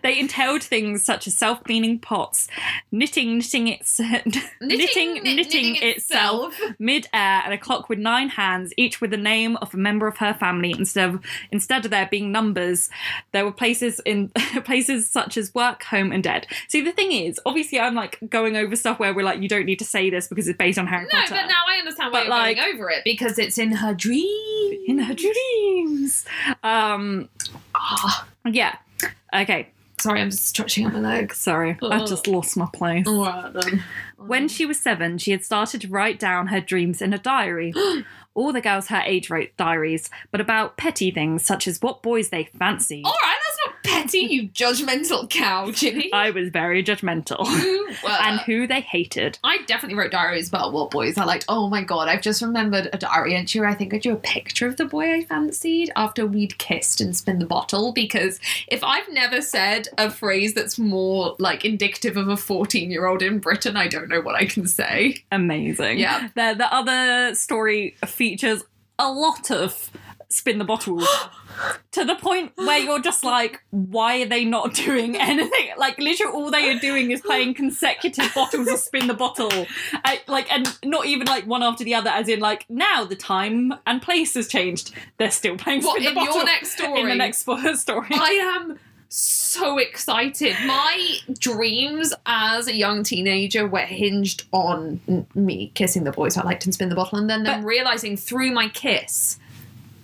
Speaker 1: They entailed things such as self-cleaning pots, knitting, knitting its <laughs> knitting, knitting,
Speaker 2: knit-
Speaker 1: itself
Speaker 2: <laughs>
Speaker 1: mid-air and a clock with nine hands, each with the name of a member of her family instead of instead of there being numbers. There were places in <laughs> places such as work, home, and dead. See, the thing is, obviously, I'm like going over stuff where we're like, you don't need to say this because it's based on Harry
Speaker 2: No,
Speaker 1: Potter.
Speaker 2: but now I understand why
Speaker 1: But,
Speaker 2: you're
Speaker 1: like-
Speaker 2: going over it because it's in her dream.
Speaker 1: in her dreams. Um,
Speaker 2: Ah,
Speaker 1: yeah. Okay.
Speaker 2: sorry, I'm just stretching out my legs.
Speaker 1: Sorry, I just lost my place.
Speaker 2: All right then.
Speaker 1: When she was seven, she had started to write down her dreams in a diary. All the girls her age wrote diaries, but about petty things such as what boys they fancied.
Speaker 2: All right, that's not petty, you judgmental cow, Ginny. <laughs>
Speaker 1: I was very judgmental.
Speaker 2: You were.
Speaker 1: and who they hated.
Speaker 2: I definitely wrote diaries about what boys I liked. Oh my god, I've just remembered a diary entry where I think I drew a picture of the boy I fancied after we'd kissed and spin the bottle. Because if I've never said a phrase that's more like indicative of a 14 year old in Britain, I don't know what I can say.
Speaker 1: Amazing.
Speaker 2: Yeah.
Speaker 1: The, the other story features a lot of spin the bottle
Speaker 2: <gasps>
Speaker 1: to the point where you're just like, why are they not doing <laughs> anything? Like, literally, all they are doing is playing consecutive bottles of spin the bottle. I, like, and not even like one after the other, as in, like, now the time and place has changed. They're still playing
Speaker 2: What
Speaker 1: spin the
Speaker 2: in
Speaker 1: bottle
Speaker 2: your next
Speaker 1: <laughs>
Speaker 2: story?
Speaker 1: in the next sp- story.
Speaker 2: I am so excited. My dreams as a young teenager were hinged on n- me kissing the boys I liked and spin the bottle, and then them realizing through my kiss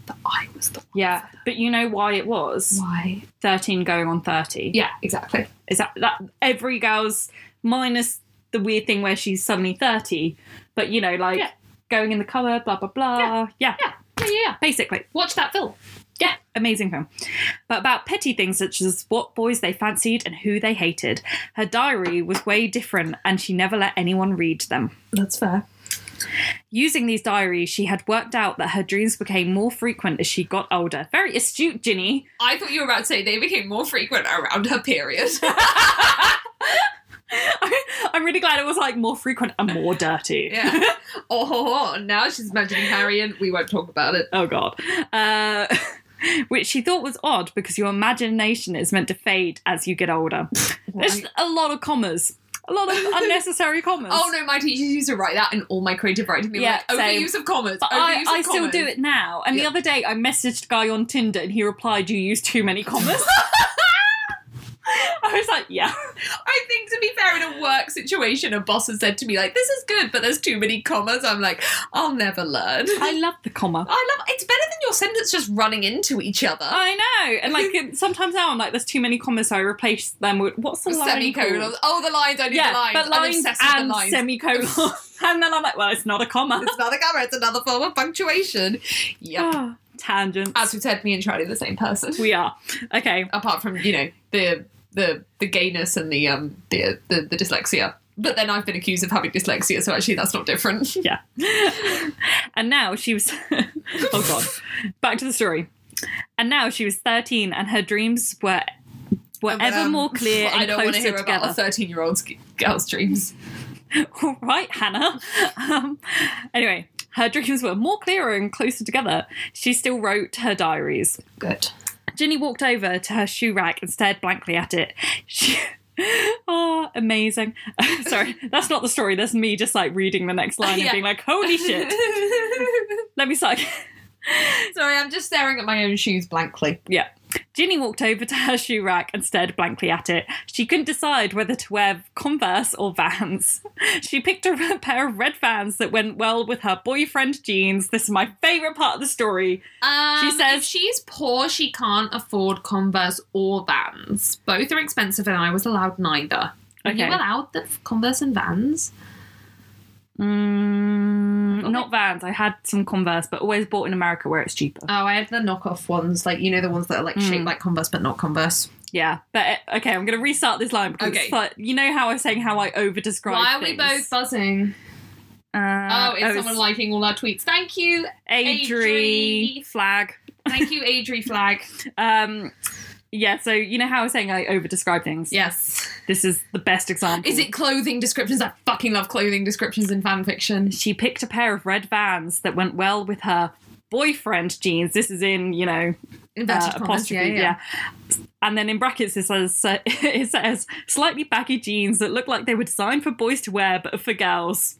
Speaker 2: that I was the one.
Speaker 1: yeah, but you know why it was
Speaker 2: Why?
Speaker 1: 13 going on 30.
Speaker 2: Yeah, exactly.
Speaker 1: is that that every girl's minus the weird thing where she's suddenly 30 but you know like
Speaker 2: Yeah.
Speaker 1: going in the cupboard blah blah blah yeah,
Speaker 2: Yeah, yeah, yeah. yeah.
Speaker 1: basically
Speaker 2: Watch that film.
Speaker 1: yeah amazing film but about petty things such as what boys they fancied and who they hated her diary was way different and she never let anyone read them
Speaker 2: That's fair.
Speaker 1: Using these diaries, she had worked out that her dreams became more frequent as she got older. Very astute, Ginny. <laughs>
Speaker 2: I thought you were about to say they became more frequent around her period.
Speaker 1: I'm really glad it was like more frequent and more dirty.
Speaker 2: yeah. <laughs> Oh, now she's imagining Harry and we won't talk about it.
Speaker 1: Oh god. Uh, <laughs> which she thought was odd because your imagination is meant to fade as you get
Speaker 2: <laughs>
Speaker 1: older. There's a lot of commas. A lot of unnecessary commas.
Speaker 2: Oh no, my teachers used to write that in all my creative writing. They were
Speaker 1: Yeah,
Speaker 2: like,
Speaker 1: same.
Speaker 2: overuse of commas.
Speaker 1: But I,
Speaker 2: overuse
Speaker 1: I
Speaker 2: of
Speaker 1: still
Speaker 2: Oh, commas.
Speaker 1: do it now. And the
Speaker 2: Yeah.
Speaker 1: other day I messaged a guy on Tinder and he replied, You use too many
Speaker 2: <laughs>
Speaker 1: commas. <laughs> I was like, Yeah.
Speaker 2: I think to be fair, in a work situation, a boss has said to me like, "This is good, but there's too many commas." I'm like, "I'll never learn." I
Speaker 1: I love the comma.
Speaker 2: love. It's better than your sentence just running into each other.
Speaker 1: I know. And like it- sometimes now I'm like, There's too many commas, so I replace them with what's the line? called?
Speaker 2: Semicolons. Oh, the lines. I need the
Speaker 1: Yeah,
Speaker 2: lines.
Speaker 1: but
Speaker 2: I'm
Speaker 1: lines
Speaker 2: obsessed with
Speaker 1: and
Speaker 2: the lines.
Speaker 1: semicolon.
Speaker 2: <laughs>
Speaker 1: and then I'm like, Well, it's not a comma.
Speaker 2: it's not a comma. It's another form of punctuation. Yep.
Speaker 1: Ah, Tangents.
Speaker 2: As we said, me and Charlie are the same person.
Speaker 1: We are. Okay.
Speaker 2: apart from you know the the the gayness and the um the the, the dyslexia. But then I've been accused of having dyslexia, so actually that's not different. <laughs>
Speaker 1: Yeah. <laughs> and now she was. <laughs> oh, God. Back to the story. And now she was 13 and her dreams were were
Speaker 2: But,
Speaker 1: ever
Speaker 2: um,
Speaker 1: more clear and
Speaker 2: I don't want to
Speaker 1: closer
Speaker 2: hear about a <laughs>
Speaker 1: together.
Speaker 2: thirteen-year-old's g- girl's dreams.
Speaker 1: All right, Hannah. Um, anyway, her dreams were more clearer and closer together. She still wrote her diaries.
Speaker 2: <laughs> Good.
Speaker 1: Ginny walked over to her shoe rack and stared blankly at it. She. <laughs> Oh, amazing. <laughs> Sorry, that's not the story. That's me just like reading the next line and
Speaker 2: Yeah.
Speaker 1: being like, holy
Speaker 2: <laughs>
Speaker 1: shit. Let me start. again. <laughs>
Speaker 2: Sorry, I'm just staring at my own shoes blankly.
Speaker 1: Yeah. Ginny walked over to her shoe rack and stared blankly at it. She couldn't decide whether to wear Converse or Vans. <laughs> She picked a red- <laughs> pair of red Vans that went well with her boyfriend jeans. This is my favourite part of the story.
Speaker 2: Um,
Speaker 1: She says-
Speaker 2: if she's poor, she can't afford Converse or Vans. Both are expensive, and I was allowed neither. Were
Speaker 1: Okay.
Speaker 2: You allowed the Converse and Vans?
Speaker 1: Mm, Not Vans. I had some Converse, but always bought in America where it's cheaper.
Speaker 2: Oh, I had the knockoff ones, like you know the ones that are like shaped like Converse but not Converse.
Speaker 1: Yeah. But uh, okay, I'm going to restart this line because
Speaker 2: Okay.
Speaker 1: it's like, you know how I was saying how I over describe
Speaker 2: Why are we both buzzing?
Speaker 1: Uh,
Speaker 2: oh, it's someone liking all our tweets. Thank you,
Speaker 1: Adri
Speaker 2: Adri.
Speaker 1: Flag.
Speaker 2: thank you, <laughs> Adri Flag.
Speaker 1: Um, yeah, so you know how I was saying I over describe things?
Speaker 2: Yes.
Speaker 1: This is the best example.
Speaker 2: Is it clothing descriptions? I fucking love clothing descriptions in fan fiction.
Speaker 1: She picked a pair of red vans that went well with her boyfriend jeans. This is in, you know, uh,
Speaker 2: Inverted commas,
Speaker 1: apostrophe, yeah, And then in brackets it says uh, <laughs> it says slightly baggy jeans that look like they were designed for boys to wear but are for girls,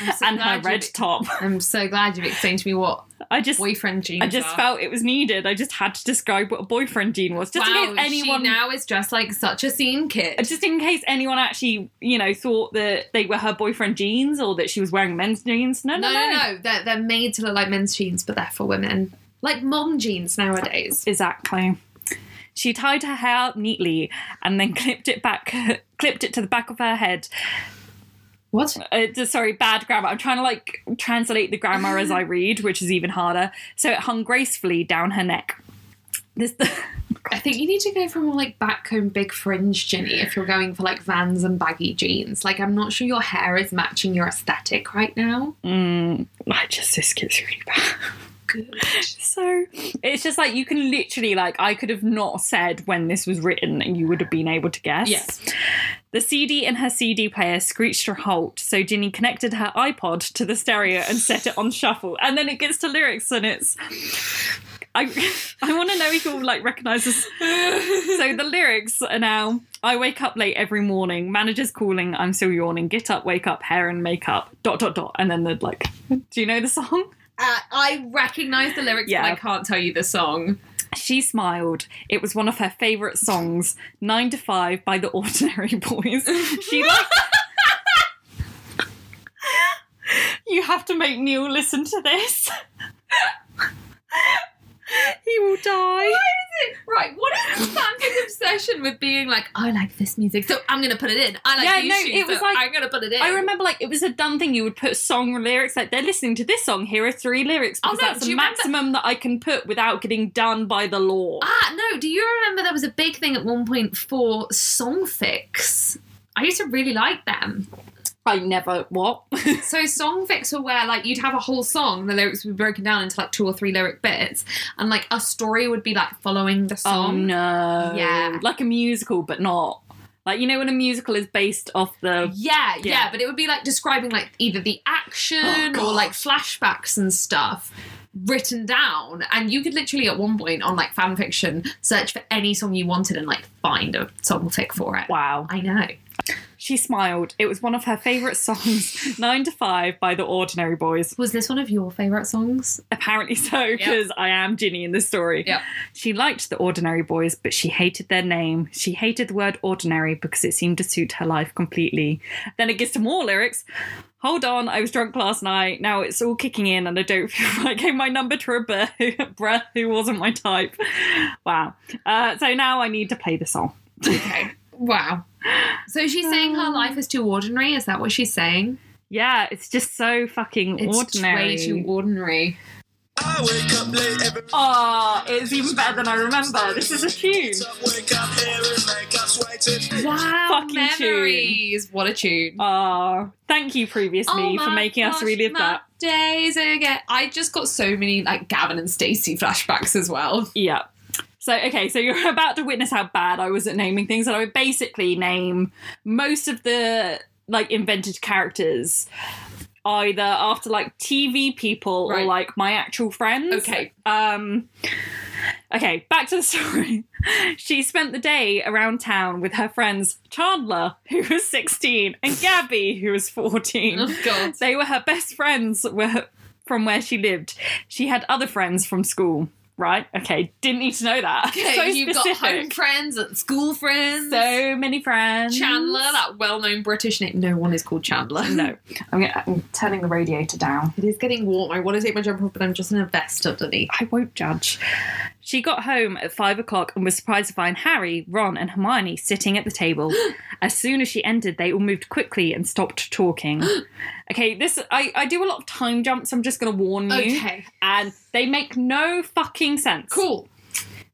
Speaker 2: I'm so
Speaker 1: and her
Speaker 2: glad
Speaker 1: red
Speaker 2: you've-
Speaker 1: top. <laughs>
Speaker 2: I'm so glad you've explained to me what
Speaker 1: I just
Speaker 2: boyfriend jeans.
Speaker 1: I just
Speaker 2: are.
Speaker 1: felt it was needed. I just had to describe what a boyfriend jean was, just
Speaker 2: wow,
Speaker 1: in case anyone
Speaker 2: she now is dressed like such a scene kid.
Speaker 1: just in case anyone actually, you know, thought that they were her boyfriend jeans or that she was wearing men's jeans. No, no,
Speaker 2: no, no, no. They're, they're made to look like men's jeans, but they're for women. Like mom jeans nowadays.
Speaker 1: Exactly. She tied her hair up neatly and then clipped it back, <laughs> clipped it to the back of her head.
Speaker 2: What?
Speaker 1: Uh, d- sorry, bad grammar. I'm trying to like translate the grammar
Speaker 2: <laughs>
Speaker 1: as I read, which is even harder. So it hung gracefully down her neck. This, <laughs>
Speaker 2: I think you need to go for more like backcomb, big fringe, Ginny, if you're going for like vans and baggy jeans. Like, I'm not sure your hair is matching your aesthetic right now.
Speaker 1: Mm, I just this gets really bad.
Speaker 2: Good.
Speaker 1: So it's just like you can literally like I could have not said when this was written and you would have been able to guess.
Speaker 2: Yes.
Speaker 1: The CD in her CD player screeched to a halt, so Ginny connected her iPod to the stereo and set it on shuffle. And then it gets to lyrics and it's I <laughs> I want to know if you'll like recognize this. So the lyrics are now I wake up late every morning, manager's calling, I'm still yawning, get up, wake up, hair and makeup, dot dot dot. And then the like, do you know the song?
Speaker 2: Uh, I recognize the lyrics,
Speaker 1: Yeah.
Speaker 2: but I can't tell you the song.
Speaker 1: She smiled. It was one of her favourite songs, Nine to Five by the Ordinary <laughs> Boys. She liked. you have to make Neil listen to this. <laughs> he will die.
Speaker 2: Right, what is Sandy's obsession with being like, I like this music, so I'm gonna put it in. I like
Speaker 1: Yeah,
Speaker 2: these
Speaker 1: no,
Speaker 2: shoes,
Speaker 1: it was
Speaker 2: so
Speaker 1: like-
Speaker 2: I'm gonna put it in.
Speaker 1: I remember, like, it was a done thing. You would put song lyrics, like, they're listening to this song. Here are three lyrics
Speaker 2: Oh,
Speaker 1: because
Speaker 2: no,
Speaker 1: that's
Speaker 2: do
Speaker 1: the
Speaker 2: you remember-
Speaker 1: maximum that I can put without getting done by the law.
Speaker 2: Ah, no, do you remember there was a big thing at one point for Songfix? I used to really like them.
Speaker 1: I never, what?
Speaker 2: So Songfix were where like you'd have a whole song, the lyrics would be broken down into like two or three lyric bits, and like a story would be like following the
Speaker 1: Oh
Speaker 2: song.
Speaker 1: no.
Speaker 2: Yeah.
Speaker 1: Like a musical, but not. Like you know when a musical is based off the
Speaker 2: Yeah, yeah,
Speaker 1: Yeah.
Speaker 2: but it would be like describing like either the
Speaker 1: Oh,
Speaker 2: action
Speaker 1: God.
Speaker 2: or like flashbacks and stuff written down. And you could literally at one point on like fan fiction search for any song you wanted and like find a songfic for it.
Speaker 1: Wow.
Speaker 2: I know.
Speaker 1: She smiled. It was one of her favourite
Speaker 2: <laughs>
Speaker 1: songs, Nine to Five by the Ordinary Boys.
Speaker 2: Was this one of your favourite songs?
Speaker 1: Apparently so, because I am Ginny in this story.
Speaker 2: Yep.
Speaker 1: She liked the Ordinary Boys, but she hated their name. She hated the word ordinary because it seemed to suit her life completely. Then it gets to more lyrics. Hold on, I was drunk last night. Now it's all kicking in, and I don't <laughs> feel like I gave my number to a <laughs> bro, bro who wasn't my type. Wow. Uh, so now I need to play the song.
Speaker 2: Okay. wow. So she's saying her life is too ordinary. Is that what she's saying?
Speaker 1: Yeah, it's just so fucking ordinary.
Speaker 2: way too ordinary.
Speaker 4: I wake up late every
Speaker 1: Oh, it's even better than I remember. This is a tune.
Speaker 4: wake up here and make us waiting.
Speaker 2: Wow.
Speaker 1: Fucking
Speaker 2: memories. What a tune. Oh
Speaker 1: Oh, thank you, previous me, for
Speaker 2: my
Speaker 1: making us
Speaker 2: gosh,
Speaker 1: relive
Speaker 2: my
Speaker 1: that.
Speaker 2: Days again. I just got so many like Gavin and Stacey flashbacks
Speaker 1: <laughs>
Speaker 2: as well.
Speaker 1: Yeah. So okay, so you're <laughs> about to witness how bad I was at naming things, and I would basically name most of the like invented characters either after like TV people or
Speaker 2: Right.
Speaker 1: like my actual friends.
Speaker 2: Okay.
Speaker 1: Um Okay, back to the <laughs> story. She spent the day around town with her friends Chandler, who was 16, and Gabby, who was 14.
Speaker 2: <laughs> Oh god.
Speaker 1: <laughs> They were her best friends were from where she lived. She had other friends from school, right? Okay, didn't need to know that.
Speaker 2: Okay,
Speaker 1: <laughs> so
Speaker 2: you've
Speaker 1: specific.
Speaker 2: got home friends and school friends.
Speaker 1: so many friends.
Speaker 2: Chandler, that well-known British name. No one is called Chandler.
Speaker 1: No, I'm, gonna, I'm turning the radiator down.
Speaker 2: <laughs> It is getting warm. I want to take my jumper off, but I'm just in a vest underneath.
Speaker 1: I won't judge. She got home at five o'clock and was surprised to find Harry, Ron, and Hermione sitting at the
Speaker 2: <gasps>
Speaker 1: table. as soon as she entered, they all moved quickly and stopped
Speaker 2: <gasps>
Speaker 1: talking. okay, this I, I do a lot of time jumps. I'm just going to warn you,
Speaker 2: Okay.
Speaker 1: and they make no fucking sense.
Speaker 2: Cool.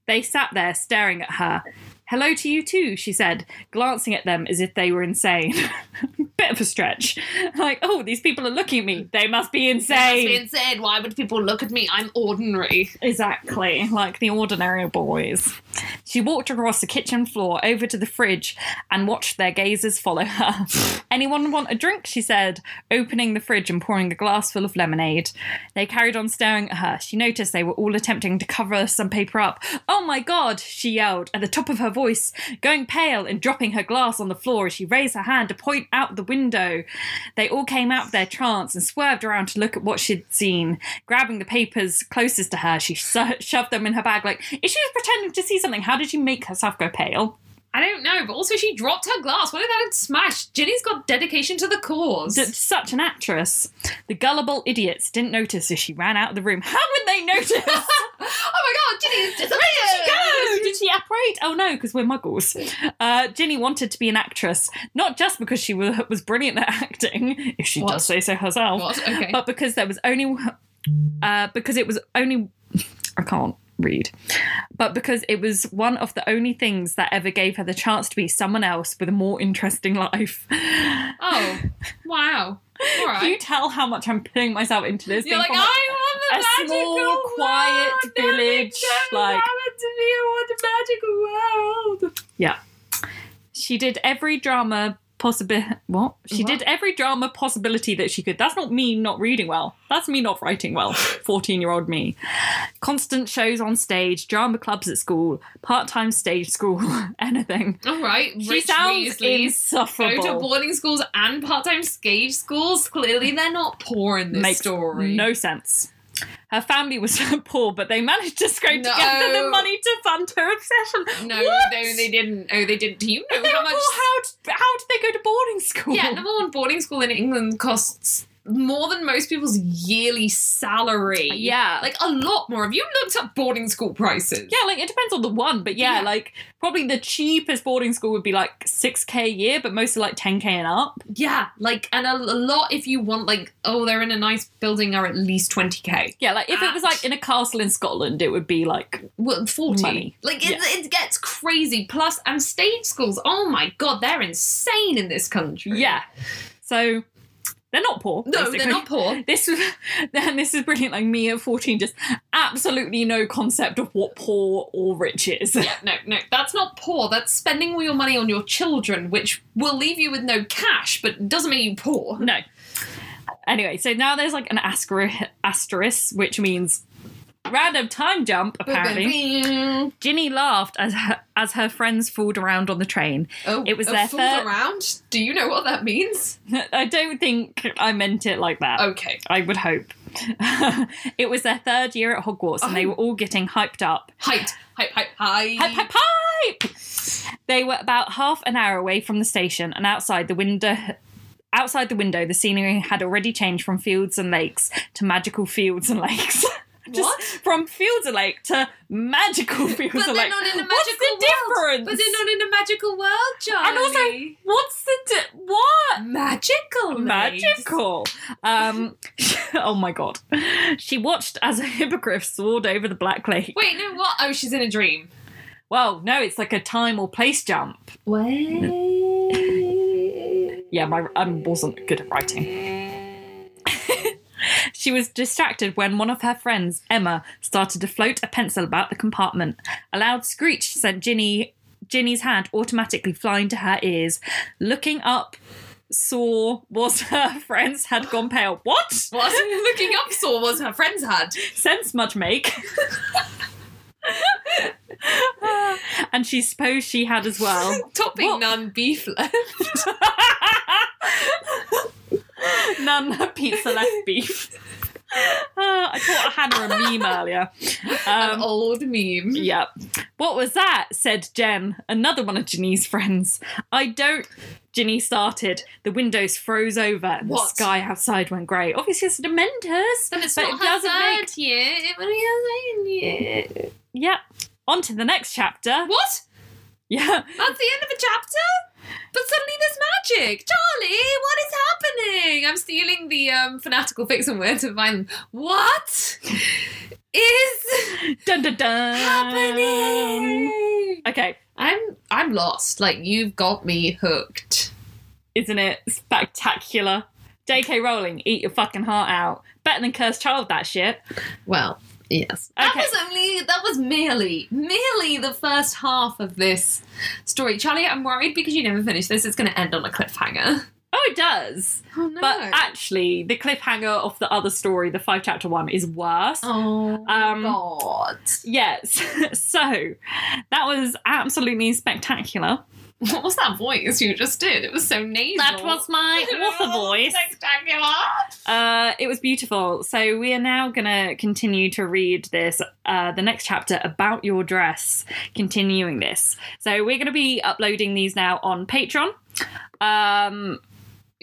Speaker 1: They sat there staring at her. Hello to you too, she said, glancing at them as if they were insane. <laughs> Bit of a stretch. Like, oh, these people are looking at me. They must be insane.
Speaker 2: Being said, why would people look at me? I'm ordinary.
Speaker 1: Exactly, like the ordinary boys. She walked across the kitchen floor over to the fridge and watched their gazes follow <laughs> her. Anyone want a drink? She said, opening the fridge and pouring a glass full of lemonade. They carried on staring at her. She noticed they were all attempting to cover some paper up. Oh my god, she yelled at the top of her voice, going pale and dropping her glass on the floor as she raised her hand to point out the window. They all came out of their trance and swerved around to look at what she'd seen. Grabbing the papers closest to her, she sho- shoved them in her bag. Like, if she was pretending to see something, how did she make herself go pale?
Speaker 2: I don't know, but also she dropped her glass. What if that had smashed? Ginny's got dedication to the cause.
Speaker 1: D- Such an actress. The gullible idiots didn't notice as she ran out of the room. How would they notice? <laughs>
Speaker 2: oh my god, Ginny <laughs> is disappeared!
Speaker 1: Oh, did she apparate? Oh no, because we're muggles. Uh, Ginny wanted to be an actress, not just because she was, was brilliant at acting, if she
Speaker 2: What?
Speaker 1: does say so herself,
Speaker 2: What? Okay.
Speaker 1: but because there was only, uh, because it was only, I can't read, but because it was one of the only things that ever gave her the chance to be someone else with a more interesting life.
Speaker 2: oh, wow. All right.
Speaker 1: Can you tell how much I'm putting myself into this?
Speaker 2: You're
Speaker 1: thing
Speaker 2: like,
Speaker 1: for
Speaker 2: I
Speaker 1: my-
Speaker 2: want
Speaker 1: a
Speaker 2: the magical
Speaker 1: small,
Speaker 2: world.
Speaker 1: quiet
Speaker 2: Never
Speaker 1: village,
Speaker 2: never
Speaker 1: like-
Speaker 2: happened to me. I want the magical world.
Speaker 1: Yeah. She did every drama possibility. What? She did every drama possibility that she could. That's not me not reading well. That's me not writing
Speaker 2: <laughs>
Speaker 1: well. 14 year old me. Constant shows on stage, drama clubs at school, part time stage school, <laughs> anything.
Speaker 2: All right.
Speaker 1: She
Speaker 2: Rich
Speaker 1: sounds
Speaker 2: Weasley. Go to
Speaker 1: insufferable.
Speaker 2: boarding schools and part-time skate schools. Clearly, they're not poor in this
Speaker 1: Makes
Speaker 2: story.
Speaker 1: no sense. Her family was <laughs> poor, but they managed to scrape
Speaker 2: No.
Speaker 1: together the money to fund her obsession.
Speaker 2: No,
Speaker 1: what?
Speaker 2: no, they didn't. Oh, they didn't. Do you know
Speaker 1: They
Speaker 2: how
Speaker 1: were
Speaker 2: much?
Speaker 1: poor. How, how did they go to boarding school?
Speaker 2: Yeah, number one, boarding school in England costs more than most people's yearly salary.
Speaker 1: Yeah.
Speaker 2: like a lot more. Have you looked up boarding school prices?
Speaker 1: Yeah, like it depends on the one, but yeah,
Speaker 2: Yeah.
Speaker 1: like probably the cheapest boarding school would be like six k a year, but most are like ten k and up.
Speaker 2: yeah, like and a, a lot if you want. Like, oh, they're in a nice building, are at least twenty k.
Speaker 1: Yeah, like if it was like in a castle in Scotland, it would be like
Speaker 2: Well, forty.
Speaker 1: Money.
Speaker 2: Like it,
Speaker 1: Yeah.
Speaker 2: it gets crazy. Plus, and state schools. Oh my god, they're insane in this country.
Speaker 1: yeah. So they're not poor.
Speaker 2: No,
Speaker 1: basically.
Speaker 2: they're not poor.
Speaker 1: <laughs> This was then this is brilliant. Like me at fourteen, just absolutely no concept of what poor or rich is.
Speaker 2: Yeah, no, no, that's not poor. That's spending all your money on your children, which will leave you with no cash, but doesn't make you poor.
Speaker 1: <laughs> No. Anyway, so now there's like an asterisk, asterisk which means random time jump. Apparently, Ginny laughed as her, as her friends fooled around on the train. <laughs>
Speaker 2: Oh,
Speaker 1: It was
Speaker 2: a
Speaker 1: their
Speaker 2: fool
Speaker 1: third-
Speaker 2: around. Do you know what that means?
Speaker 1: I don't think I meant it like that.
Speaker 2: Okay.
Speaker 1: I would hope. <laughs> it was their third year at Hogwarts and they
Speaker 2: Oh.
Speaker 1: were all getting hyped up.
Speaker 2: Hype, hype, hype, hype.
Speaker 1: Hype, hype, hype! They were about half an hour away from the station and outside the window. Outside the window, the scenery had already changed from fields and lakes to magical fields and lakes. <laughs> Just
Speaker 2: What?
Speaker 1: from fields and lake to magical fields and
Speaker 2: But they're
Speaker 1: lake.
Speaker 2: not in a magical
Speaker 1: What's the
Speaker 2: world.
Speaker 1: difference?
Speaker 2: But they're not in a magical world, Charlie.
Speaker 1: And also- What's the di- what?
Speaker 2: magical. babes.
Speaker 1: magical. Um, <laughs> oh my god. She watched as a hippogriff soared over the Black Lake.
Speaker 2: Wait, no, what? Oh, she's in a dream.
Speaker 1: Well, no, it's like a time or place jump.
Speaker 2: Wait.
Speaker 1: Yeah, my I wasn't good at writing. <laughs> she was distracted when one of her friends, Emma, started to float a pencil about the compartment. A loud screech sent Ginny Ginny's hand automatically flying to her ears. Looking up, saw was <laughs> her friends had gone pale. What? <laughs>
Speaker 2: What? Looking up saw was her friends had.
Speaker 1: sense much make. <laughs> and she supposed she had as well.
Speaker 2: <laughs> Topping
Speaker 1: What?
Speaker 2: none beef <laughs> left.
Speaker 1: None pizza left beef. Ah, I taught Hannah a meme earlier.
Speaker 2: An
Speaker 1: Um,
Speaker 2: old meme.
Speaker 1: yep. What was that? said Jen, another one of Ginny's friends. I don't. Ginny started. The windows froze over and the
Speaker 2: What?
Speaker 1: sky outside went grey. Obviously, it's the Dementors.
Speaker 2: Then it's
Speaker 1: But
Speaker 2: not
Speaker 1: it
Speaker 2: her
Speaker 1: doesn't
Speaker 2: third
Speaker 1: make-
Speaker 2: year. It would be her second year.
Speaker 1: Yep. On to the next chapter.
Speaker 2: What?
Speaker 1: Yeah. <laughs>
Speaker 2: That's the end of a chapter? But suddenly there's magic. Charlie, what is happening? I'm stealing the um, fanatical fix and where to find them. What is
Speaker 1: Dun dun dun.
Speaker 2: happening?
Speaker 1: Okay.
Speaker 2: I'm I'm lost. Like you've got me hooked.
Speaker 1: Isn't it spectacular? J.K. Rowling, eat your fucking heart out. Better than Cursed Child, that shit.
Speaker 2: Well, yes. That
Speaker 1: Okay.
Speaker 2: was only that was merely merely the first half of this story. Charlie, I'm worried because you never finished this. It's going to end on a cliffhanger.
Speaker 1: Oh, it does.
Speaker 2: Oh no.
Speaker 1: But actually, the cliffhanger of the other story, the five chapter one, is worse.
Speaker 2: oh
Speaker 1: um,
Speaker 2: god.
Speaker 1: Yes. <laughs> so that was absolutely spectacular.
Speaker 2: What was that voice you just did? It was so nasal.
Speaker 1: <laughs> That was
Speaker 2: <laughs>
Speaker 1: my author voice.
Speaker 2: Spectacular.
Speaker 1: Uh, it was beautiful. So we are now going to continue to read this, uh, the next chapter about your dress, continuing this. So we're going to be uploading these now on Patreon. Um, <laughs>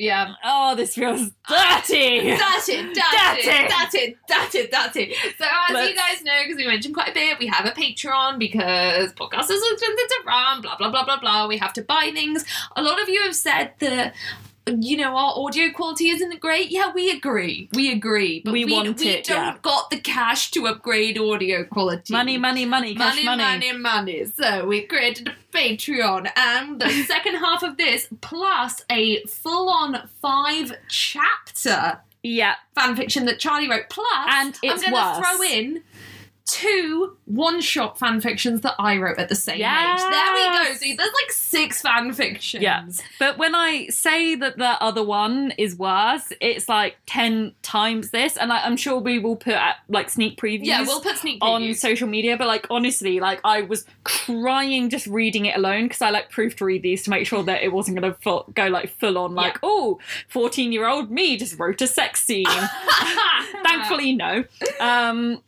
Speaker 2: Yeah.
Speaker 1: oh, this feels
Speaker 2: <laughs>
Speaker 1: dirty.
Speaker 2: That's it, that's it, that's it, that's it, that's it. So as
Speaker 1: Let's-
Speaker 2: you guys know, because we mentioned quite a bit, we have a Patreon because podcast is it's around, blah blah blah blah blah. We have to buy things. A lot of you have said that you know our audio quality isn't great. Yeah, we agree. We agree. But
Speaker 1: We
Speaker 2: we,
Speaker 1: want
Speaker 2: we
Speaker 1: it,
Speaker 2: don't
Speaker 1: yeah.
Speaker 2: got the cash to upgrade audio quality.
Speaker 1: Money, money, money, cash
Speaker 2: Money,
Speaker 1: money.
Speaker 2: money, money. So we created a Patreon,
Speaker 1: <laughs>
Speaker 2: and the second half of this, plus a full-on five-chapter
Speaker 1: Yeah,
Speaker 2: fan fiction that Charlie wrote. Plus,
Speaker 1: And it's
Speaker 2: I'm
Speaker 1: worse.
Speaker 2: going to throw in two one-shot fan fictions that I wrote at the same
Speaker 1: Yes.
Speaker 2: age. There we go. So there's like six fan fictions.
Speaker 1: yeah. But when I say that the other one is worse, it's like 10 times this. And like, I'm sure we will put out, like sneak previews.
Speaker 2: Yeah, we'll put sneak
Speaker 1: on
Speaker 2: previews.
Speaker 1: social media but like honestly like i was crying just reading it alone because i like proofread these to make sure that it wasn't going to full, go like full on like oh 14 year old me just wrote a sex <laughs> scene thankfully no um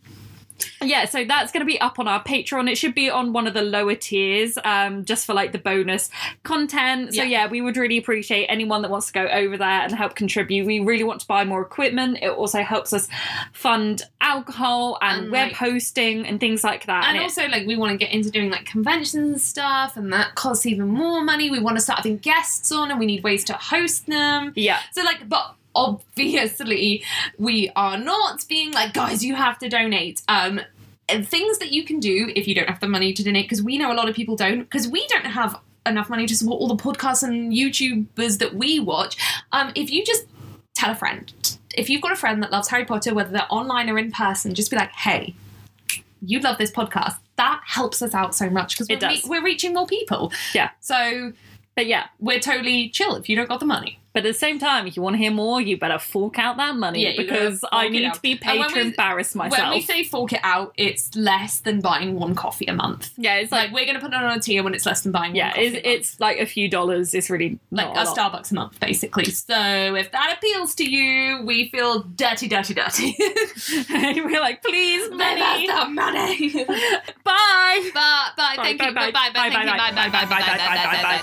Speaker 1: yeah so that's going to be up on our patreon it should be on one of the lower tiers um just for like the bonus content so yeah.
Speaker 2: Yeah.
Speaker 1: we would really appreciate anyone that wants to go over there and help contribute we really want to buy more equipment it also helps us fund alcohol and,
Speaker 2: And,
Speaker 1: web
Speaker 2: like-
Speaker 1: hosting and things like that
Speaker 2: And
Speaker 1: it-
Speaker 2: also, like, we want to get into doing like conventions and stuff, and that costs even more money. We want to start having guests on, and we need ways to host them.
Speaker 1: yeah
Speaker 2: So like, but obviously we are not being like, guys, you have to donate. Um, and things that you can do if you don't have the money to donate, because we know a lot of people don't, because we don't have enough money to support all the podcasts and YouTubers that we watch. Um, if you just tell a friend, if you've got a friend that loves Harry Potter, whether they're online or in person, just be like, hey, you love this podcast. That helps us out so much because
Speaker 1: It
Speaker 2: we're,
Speaker 1: does.
Speaker 2: we're reaching more people.
Speaker 1: Yeah.
Speaker 2: So
Speaker 1: but yeah
Speaker 2: we're totally chill if you don't got the money.
Speaker 1: but at the same time if you want to hear more you better fork out that money
Speaker 2: Yeah, you gotta
Speaker 1: because
Speaker 2: fork
Speaker 1: i
Speaker 2: it
Speaker 1: need
Speaker 2: out.
Speaker 1: to be
Speaker 2: And
Speaker 1: paid
Speaker 2: when
Speaker 1: to
Speaker 2: we-
Speaker 1: embarrass
Speaker 2: When
Speaker 1: myself
Speaker 2: we say fork it out, it's less than buying one coffee a month.
Speaker 1: yeah it's
Speaker 2: It's
Speaker 1: like
Speaker 2: like we're going to put it on a tier when it's less than buying.
Speaker 1: yeah
Speaker 2: one coffee
Speaker 1: it's,
Speaker 2: a month.
Speaker 1: it's like a few dollars it's really
Speaker 2: like
Speaker 1: not
Speaker 2: a,
Speaker 1: a lot.
Speaker 2: Starbucks a month, basically. So if that appeals to you, we feel dirty, dirty, dirty. <laughs>
Speaker 1: we're like please
Speaker 2: Let
Speaker 1: money.
Speaker 2: us the money. <laughs> bye,
Speaker 1: bye
Speaker 2: bye,
Speaker 1: Bye,
Speaker 2: thank
Speaker 1: bye,
Speaker 2: you,
Speaker 1: bye.
Speaker 2: bye, bye,
Speaker 1: Bye,
Speaker 2: bye, thank
Speaker 1: bye,
Speaker 2: you,
Speaker 1: bye.
Speaker 2: bye, bye, bye, bye, bye, bye, bye.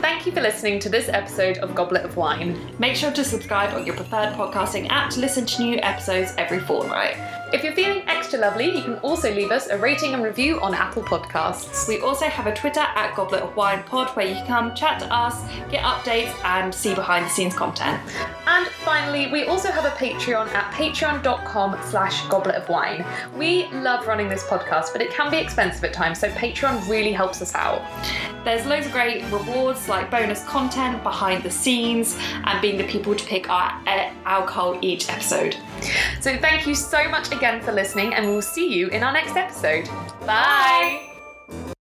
Speaker 5: Thank you for listening to this episode of Goblet of Wine. Make sure to subscribe on your preferred podcasting app to listen to new episodes every fortnight. If you're feeling extra lovely, you can also leave us a rating and review on Apple Podcasts. We also have a Twitter at Goblet of Wine Pod where you can come chat to us, get updates, and see behind the scenes content. And finally, we also have a Patreon at patreon.com slash goblet of wine. We love running this podcast, but it can be expensive at times, so Patreon really helps us out. There's loads of great rewards like bonus content, behind the scenes, and being the people to pick our uh, alcohol each episode. So thank you so much again for listening, and we'll see you in our next episode. Bye.